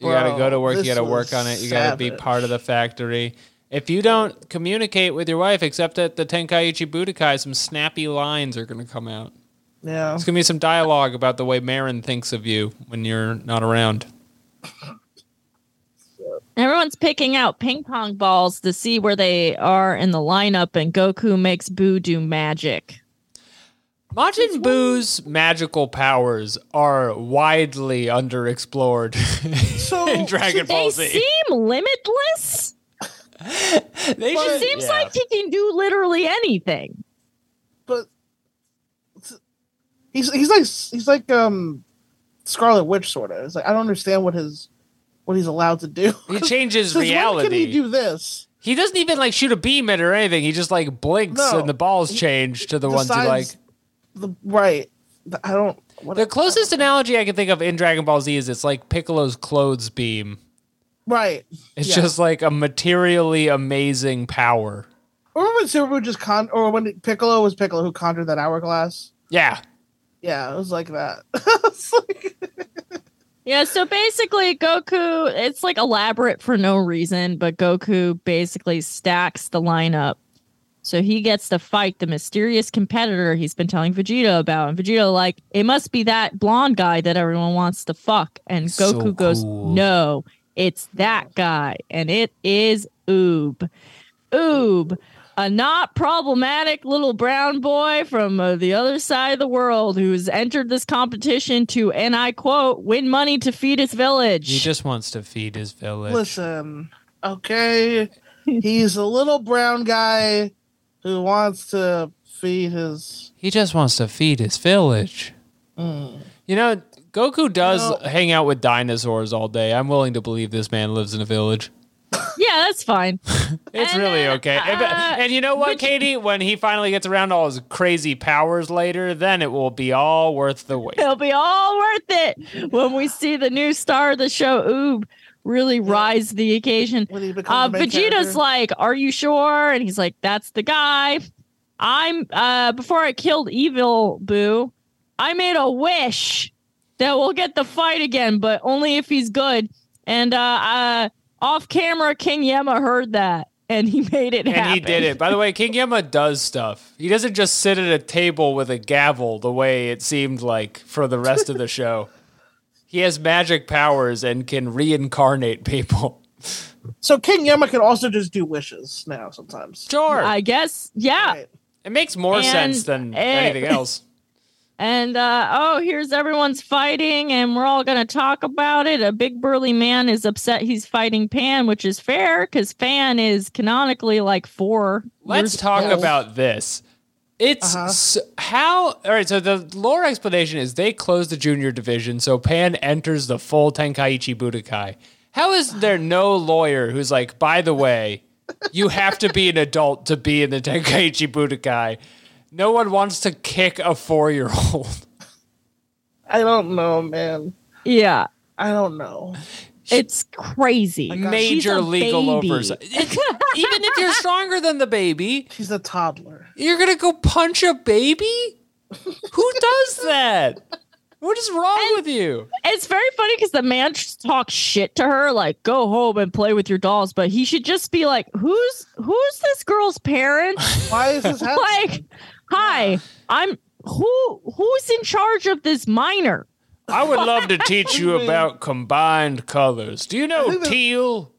You got to Bro, go to work. You this got to was work on it. You got to be savage. part of the factory. If you don't communicate with your wife, except at the Tenkaichi Budokai, some snappy lines are going to come out. yeah, It's going to be some dialogue about the way Marin thinks of you when you're not around. Everyone's picking out ping pong balls to see where they are in the lineup, and Goku makes Boo do magic. Majin Buu's magical powers are widely underexplored so in Dragon They Ball Z. seem limitless. They It should- seems yeah. like he can do literally anything. but he's he's like he's like um Scarlet Witch sort of. It's like I don't understand what his what he's allowed to do. he changes 'Cause When can reality. he do this? He doesn't even like shoot a beam at her or anything. He just like blinks No. and the balls change to the ones who like. Decides the right. I don't. What, The closest analogy I can think of in Dragon Ball Z is it's like Piccolo's clothes beam. right. It's Yeah. just like a materially amazing power. Remember when Subaru just con, or when Piccolo was Piccolo who conjured that hourglass? Yeah. Yeah, it was like that. It's like- Yeah, so basically, Goku, it's like elaborate for no reason, but Goku basically stacks the lineup. So he gets to fight the mysterious competitor he's been telling Vegeta about. And Vegeta, like, it must be that blonde guy that everyone wants to fuck. And So Goku goes, cool. No, it's that guy. And it is Oob. Oob, a not problematic little brown boy from uh, the other side of the world who's entered this competition to, and I quote, win money to feed his village. He just wants to feed his village. Listen, okay, he's a little brown guy who wants to feed his. He just wants to feed his village. You know, Goku does Mm. No. hang out with dinosaurs all day. I'm willing to believe this man lives in a village. yeah, that's fine. It's And really then, okay. And- uh, and you know what, Katie? When he finally gets around all his crazy powers later, then it will be all worth the wait. It'll be all worth it when we see the new star of the show, Oob, really rise to the occasion. When he becomes Uh, the main Vegeta's character. like, "Are you sure?" And he's like, "That's the guy." I'm uh, before I killed Evil Boo, I made a wish that we'll get the fight again, but only if he's good. And uh, uh, off camera, King Yema heard that, and he made it And happen. he did it. By the way, King Yemma does stuff. He doesn't just sit at a table with a gavel the way it seemed like for the rest of the show. He has magic powers and can reincarnate people. so King Yama can also just do wishes now sometimes. Sure. I guess, yeah. Right. It makes more And sense than it- anything else. And uh, oh, here's everyone's fighting, and we're all going to talk about it. A big burly man is upset he's fighting Pan, which is fair because Pan is canonically like four. Let's years talk old. about this. It's Uh-huh. s how all right. So the lore explanation is they closed the junior division, so Pan enters the full Tenkaichi Budokai. How is there no lawyer who's like, by the way, you have to be an adult to be in the Tenkaichi Budokai? No one wants to kick a four-year-old. I don't know, man. Yeah, I don't know. it's crazy. She's Major a legal baby. oversight. It's- Even if you're stronger than the baby, She's a toddler. You're gonna go punch a baby? Who does that? What is wrong with you? It's very funny because the man just talks shit to her, like "Go home and play with your dolls," but he should just be like, "Who's who's this girl's parents?" Why is this happening? like, "Hi, I'm who who's in charge of this minor?" I would love to teach you about combined colors. Do you know think that- teal?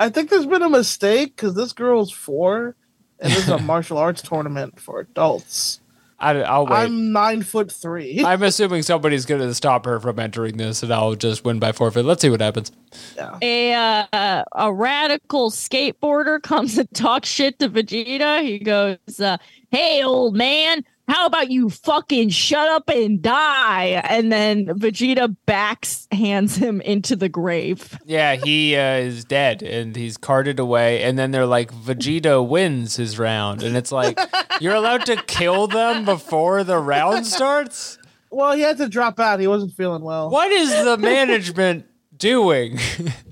I think there's been a mistake because this girl's four, and this is a martial arts tournament for adults. I, I'll wait. I'm, I'm nine foot three. assuming somebody's gonna stop her from entering this, and I'll just win by forfeit. Let's see what happens. yeah. a uh, a radical skateboarder comes and talks shit to Vegeta. He goes, uh, "Hey, old man, how about you fucking shut up and die?" And then Vegeta backs hands him into the grave. Yeah, he uh, is dead, and he's carted away. And then they're like, Vegeta wins his round, and it's like, you're allowed to kill them before the round starts. Well, he had to drop out. He wasn't feeling well. What is the management doing?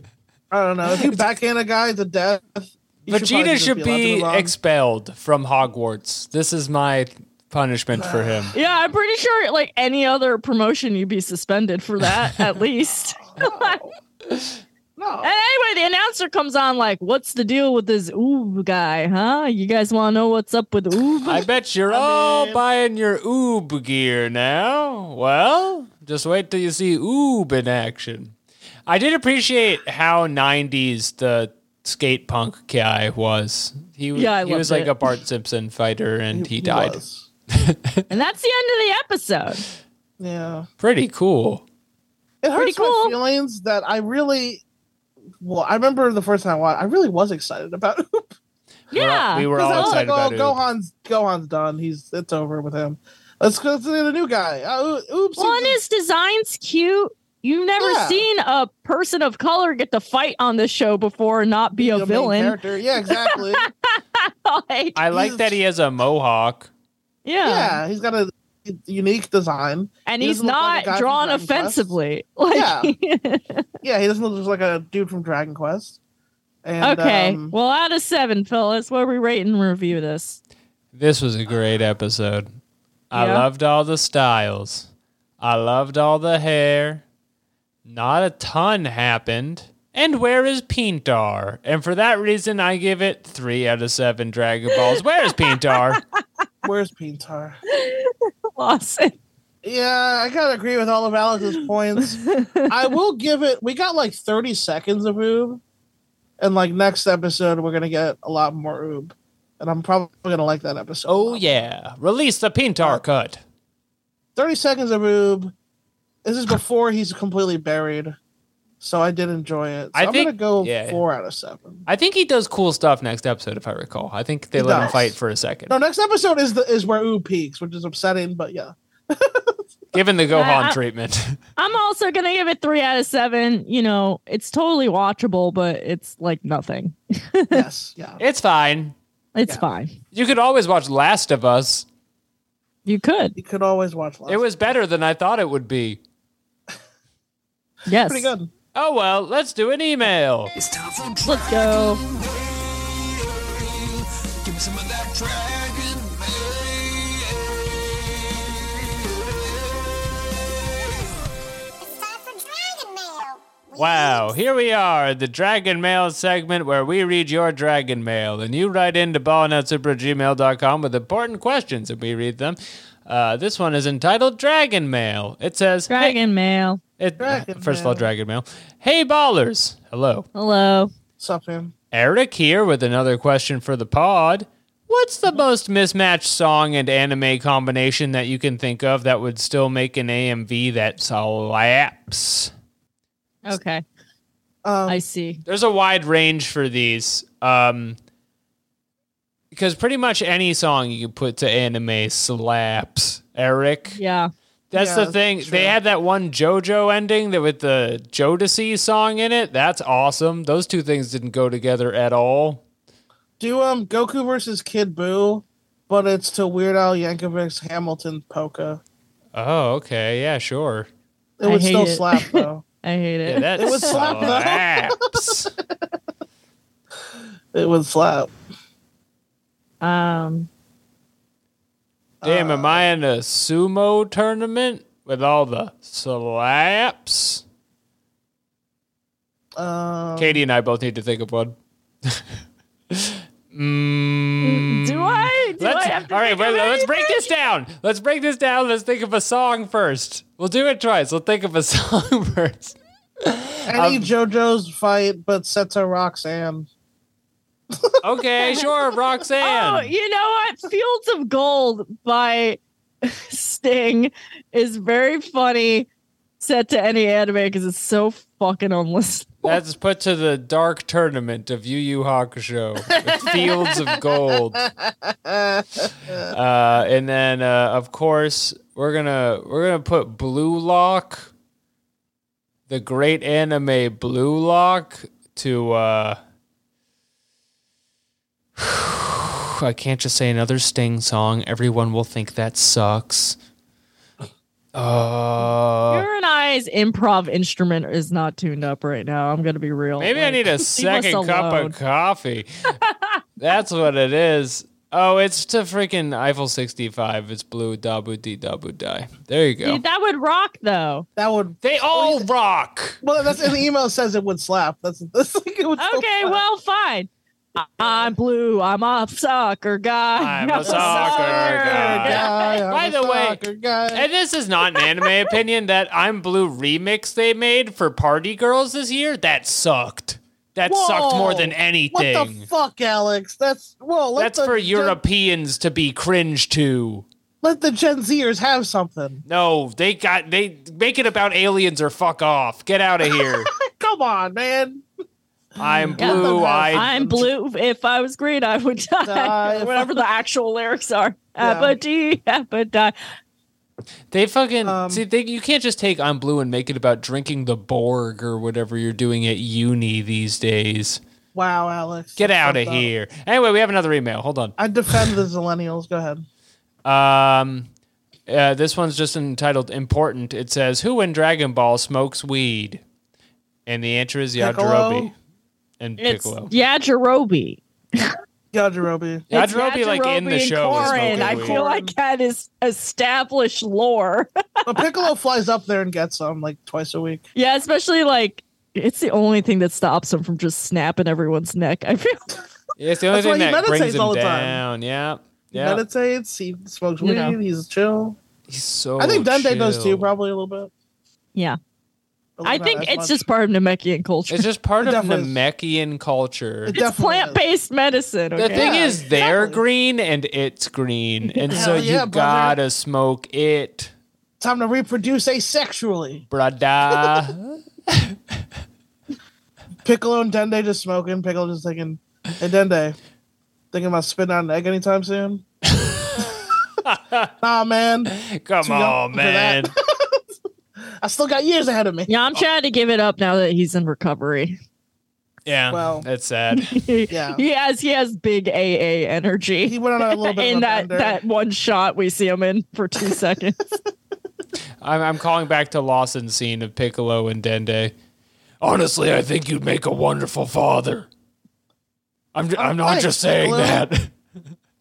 I don't know. If you backhand a guy to death, you probably Vegeta just should allowed to be move on. expelled from Hogwarts. This is my punishment for him. Yeah, I'm pretty sure like any other promotion, you'd be suspended for that at least. no. And anyway, the announcer comes on like, "What's the deal with this Oob guy, huh? You guys want to know what's up with Oob?" I bet you're all buying your Oob gear now. Well, just wait till you see Oob in action. I did appreciate how 90s the skate punk guy was. He, w- Yeah, I he was loved like it. a Bart Simpson fighter and he, died. was. and that's the end of the episode. Yeah. Pretty cool. It hurts cool. my feelings that I really. Well, I remember the first time I watched. I really was excited about Oop. Yeah, We were Because I all was like, excited "Oh, about Oob. Gohan's Gohan's done. He's it's over with him. Let's go to the new guy. Uh, Oops. One is design's cute. You've never Yeah. seen a person of color get to fight on this show before and not be a villain. Character. Yeah, exactly. like, I like He's- that he has a mohawk. Yeah. yeah, he's got a unique design. And He he's doesn't look like not a guy from drawn Dragon Quest. offensively. Like Yeah, he doesn't look just like a dude from Dragon Quest. And, Okay. um, well, out of 7, fellas, where we rate and review this. This was a great episode. I Yeah. loved all the styles. I loved all the hair. Not a ton happened. And where is Pintar? And for that reason, I give it three out of seven Dragon Balls. Where is Pintar? where's Pintar? Lawson. Yeah, I gotta agree with all of Alex's points. I will give it. We got like thirty seconds of oob, and like next episode we're gonna get a lot more oob, and I'm probably gonna like that episode. oh, yeah. Release the Pintar cut. 30 seconds of oob. This is before he's completely buried, so I did enjoy it. So I I am think- gonna go yeah. four out of seven. I think he does cool stuff next episode, if I recall. I think they He let him does. fight for a second. No, next episode is the is where oob peaks, which is upsetting, but yeah. Given the Gohan I- I- treatment. I'm also going to give it 3 out of 7. You know, it's totally watchable, but it's like nothing. yes, yeah. it's fine. It's Yeah. fine. You could always watch Last of Us. You could. You could always watch last. It was better than I thought it would be. Yes. pretty good. Oh well, let's do an email. It's time for Let's go. Give me some of that dragon It's time for Dragon Mail. We Wow, here we are, at the Dragon Mail segment where we read your Dragon Mail and you write into ballandsuper@gmail.com with important questions and we read them. Uh, this one is entitled Dragon Mail. It says Dragon mail. Hey, it- uh, Dragon first of all, Mail. Dragon Mail. Hey ballers. Hello. Hello. Sup, man. Eric here with another question for the pod. What's the most mismatched song and anime combination that you can think of that would still make an AMV that slaps? Okay. Um, I see. there's a wide range for these um because pretty much any song you can put to anime slaps eric Yeah. that's Yeah, the thing true. they had that one jojo ending that with the jodeci song in it that's awesome those two things didn't go together at all do um Goku versus Kid Boo, but it's to Weird Al Yankovic's Hamilton polka. oh okay yeah sure It I would hate still it. slap though. I hate yeah, it. that It would slap, though. slaps it would slap. um. damn am i in a sumo tournament with all the slaps Um, Katie and I both need to think of one. Mm. Do I? Do Let's, I have to all right, think well, of let's anything? break this down. Let's break this down. Let's think of a song first. We'll do it twice. We'll think of a song first. any JoJo's fight, but Seta Roxanne. Okay, sure, Roxanne. Oh, you know what? Fields of Gold by Sting is very funny set to any anime because it's so fucking unlistenable. That's put to the dark tournament of Yu Yu Hakusho, with Fields of Gold. Uh, and then, uh, of course, we're gonna we're gonna put Blue Lock, the great anime Blue Lock, to. Uh, I can't just say another Sting song. Everyone will think that sucks. Uh, Your and I's improv instrument is not tuned up right now. I'm gonna be real. Maybe I Like, need a leave us second cup alone. of coffee. That's what it is. Oh, it's to freaking Eiffel 65. It's blue, dabu di dabu die. There you go. Dude, that would rock though. That would They all rock. well. That's in the email says it would slap. That's that's like it would. still Okay, slap. well, fine. I- I'm blue. I'm a soccer guy. I'm a soccer guy. Guy, I'm By a the way, soccer guy. And this is not an anime opinion. That I'm Blue remix they made for Party Girls this year, that sucked. That sucked more Whoa. than what anything. the fuck, Alex? That's well. Let That's the for Gen- Europeans to be cringe to. let the Gen Zers have something. No, they got they make it about aliens or fuck off. Get out of here. Come on, man. I'm Yeah. blue. I I'm blue. If I was green, I would die. Die. Or Whatever the actual lyrics are. Yeah. Apathy, apathy. They fucking Um, see. They, you can't just take "I'm Blue" and make it about drinking the Borg or whatever you're doing at uni these days. Wow, Alex. Get That's out of fucked up. here. Anyway, we have another email. Hold on. I defend the Zillennials. Go ahead. Um, uh, this one's just entitled Important. It says, Who in Dragon Ball smokes weed? And the answer is Yajirobe Piccolo? and It's Piccolo. Yajirobe. Yajirobe. It's Yajirobe, like in Yajirobe the and show, is Corrin. smoking I weed. feel like that is established lore. But Piccolo flies up there and gets them like twice a week. yeah, especially like it's the only thing that stops him from just snapping everyone's neck. I feel It's the only That's thing why he that brings meditates him all the time. down. Yeah. He Yeah. meditates. He smokes You weed. know. He's chill. He's so I think Dende does Oh, chill. too, probably a little bit. yeah. but I not think as it's much. just part of Namekian culture. It's just part It of definitely is. Namekian culture. It It's definitely is. plant-based medicine. Okay? The thing Yeah, is, they're exactly. green and it's green, and so Hell you yeah, brother. gotta smoke it, time to reproduce asexually. brada. Piccolo and Dende just smoking. Piccolo just thinking, "Hey Dende, thinking about spitting out an egg anytime soon?" nah, man. Come Too young on, for man. that. I still got years ahead of me. yeah, I'm trying to give it up now that he's in recovery. yeah, Well. that's sad. Yeah. he has he has big AA energy. He went on a little bit of in a that bender. that one shot we see him in for two seconds. I'm, I'm calling back to Lawson's scene of Piccolo and Dende. Honestly, I think you'd make a wonderful father. I'm, j- I'm not thanks, just saying Piccolo. that.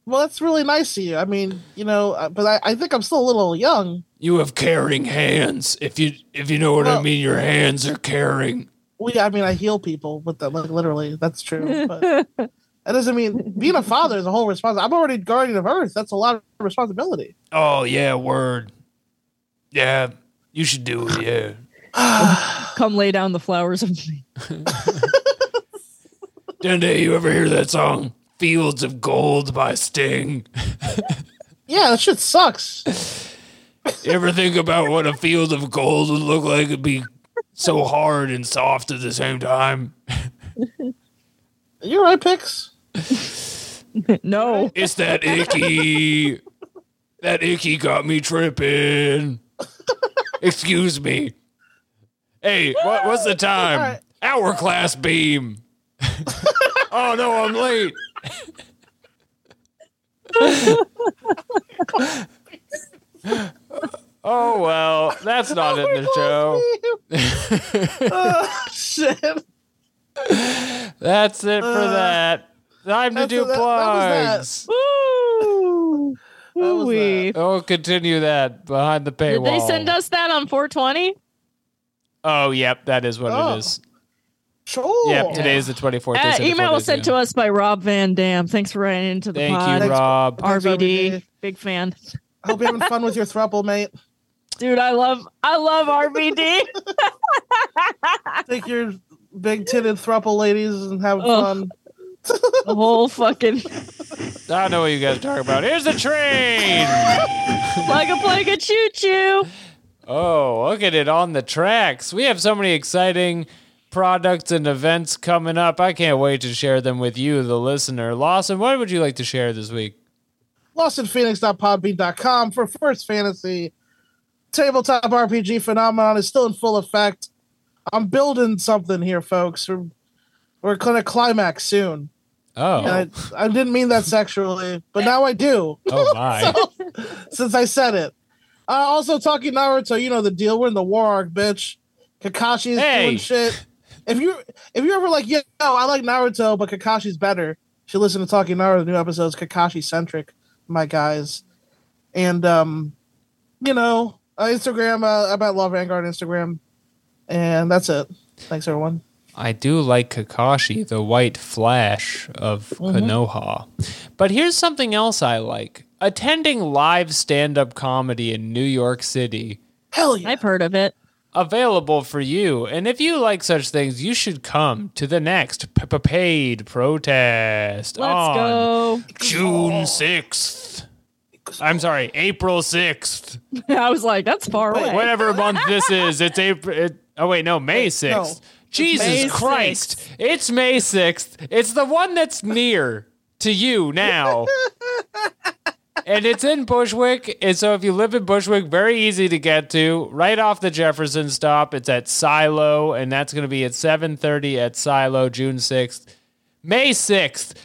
Well, that's really nice of you. I mean, you know, uh, but I, I think I'm still a little young. You have caring hands. If you if you know what I Well- mean, your hands are caring. Well, yeah, I mean, I heal people with that, like literally. That's true. But that doesn't mean being a father is a whole responsibility. I'm already guardian of Earth. That's a lot of responsibility. Oh yeah, word. Yeah, you should do it. Yeah. Come lay down the flowers of me. Dende, you ever hear that song? Fields of Gold by Sting. Yeah, that shit sucks. You ever think about what a field of gold would look like? It'd be so hard and soft at the same time. You're right, Pix. no. It's that icky. That icky got me tripping. Excuse me. Hey, what, what's the time? Hourglass beam. oh no, I'm late. oh well, that's not in the show. oh, shit. That's it for that. Time to Uh, that's do it, that- that was plugs. Woo. That was Woo-wee. Oh, continue that behind the Did paywall. they send us that on 420? Oh, yep, that is what Oh. it is. Sure. Yep, today is the 24th. Uh, They sent it email four was days sent ago. to us by Rob Van Dam. Thanks for writing into the Thank pod. you, Thanks. Rob. Thanks, RVD, RVD. big fan, Hope you're having fun with your thruple, mate. dude. I love, I love RVD. Take your big titted thruple ladies and have Oh. fun. the whole fucking I don't know what you guys are talking about. Here's the train. plug a plug a choo choo. oh, look at it on the tracks. We have so many exciting products and events coming up. I can't wait to share them with you, the listener. Lawson, what would you like to share this week? lostinphoenix.podbean.com for First Fantasy. Tabletop RPG phenomenon is still in full effect. I'm building something here, folks. We're, we're going to climax soon. Oh, And I, I didn't mean that sexually, but now I do oh my. since I said it. Uh, also, talking Naruto, you know the deal. We're in the war arc, bitch. Kakashi is Hey. doing shit. If you if you ever like, yo, I like Naruto, but Kakashi's better. You should listen to Talking Naruto. The new episodes Kakashi centric, my guys. And um, you know, uh, Instagram. Uh, I'm at Law Vanguard on Instagram, and that's it. Thanks everyone. I do like Kakashi, the white flash of Konoha. But here's something else I like attending live stand up comedy in New York City. Hell yeah! I've heard of it. Available for you. And if you like such things, you should come to the next p- p- paid protest Let's on go. June 6th. I'm sorry, April 6th. I was like, that's far Wait, away. Whatever month this is, it's April. It, oh wait, no, May sixth. Jesus May Christ! It's May sixth. It's the one that's near to you now, and it's in Bushwick. And so, if you live in Bushwick, very easy to get to. Right off the Jefferson stop, it's at Silo, and that's going to be at seven thirty at Silo, June sixth, May sixth.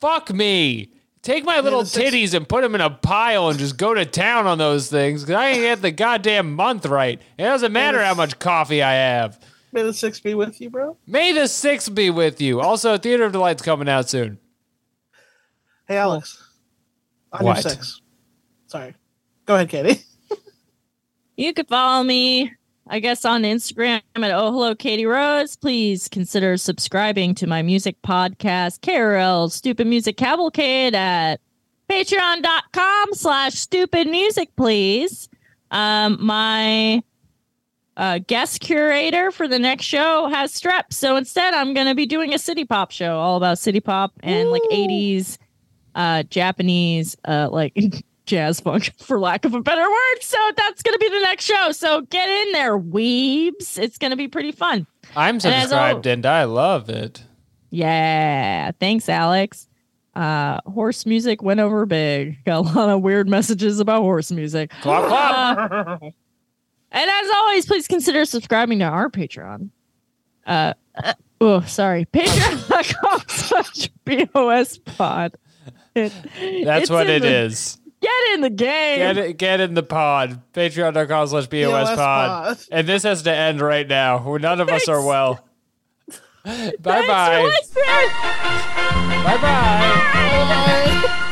Fuck me. Take my little the six- titties and put them in a pile and just go to town on those things because I ain't had the goddamn month right. It doesn't matter how much coffee I have. May the six be with you, bro. May the 6th be with you. Also, Theater of Delight's coming out soon. Hey, Alex. On What? your six. Sorry. Go ahead, Katie. You could follow me, I guess, on Instagram at Oh Hello Katie Rose. Please consider subscribing to my music podcast, KRL Stupid Music Cavalcade at patreon.com slash stupid music, please. Um, my uh, guest curator for the next show has strep. So instead, I'm going to be doing a city pop show all about city pop and like 80s uh, Japanese, uh, like jazz funk, for lack of a better word. So that's going to be the next show. So get in there, weebs. It's going to be pretty fun. I'm as subscribed al- and I love it. Yeah. Thanks, Alex. Uh, horse music went over big. Got a lot of weird messages about horse music. Clop, uh, clop. And as always, please consider subscribing to our Patreon. Uh, uh, oh, sorry. Patreon.com slash BOS pod. It- That's it's what in it the- is. Get in the game. Get, it, get in the pod. Patreon.com slash BOS pod. pod. And this has to end right now. We're- None of us are Thanks. well. bye Thanks for bye. listening. Bye bye.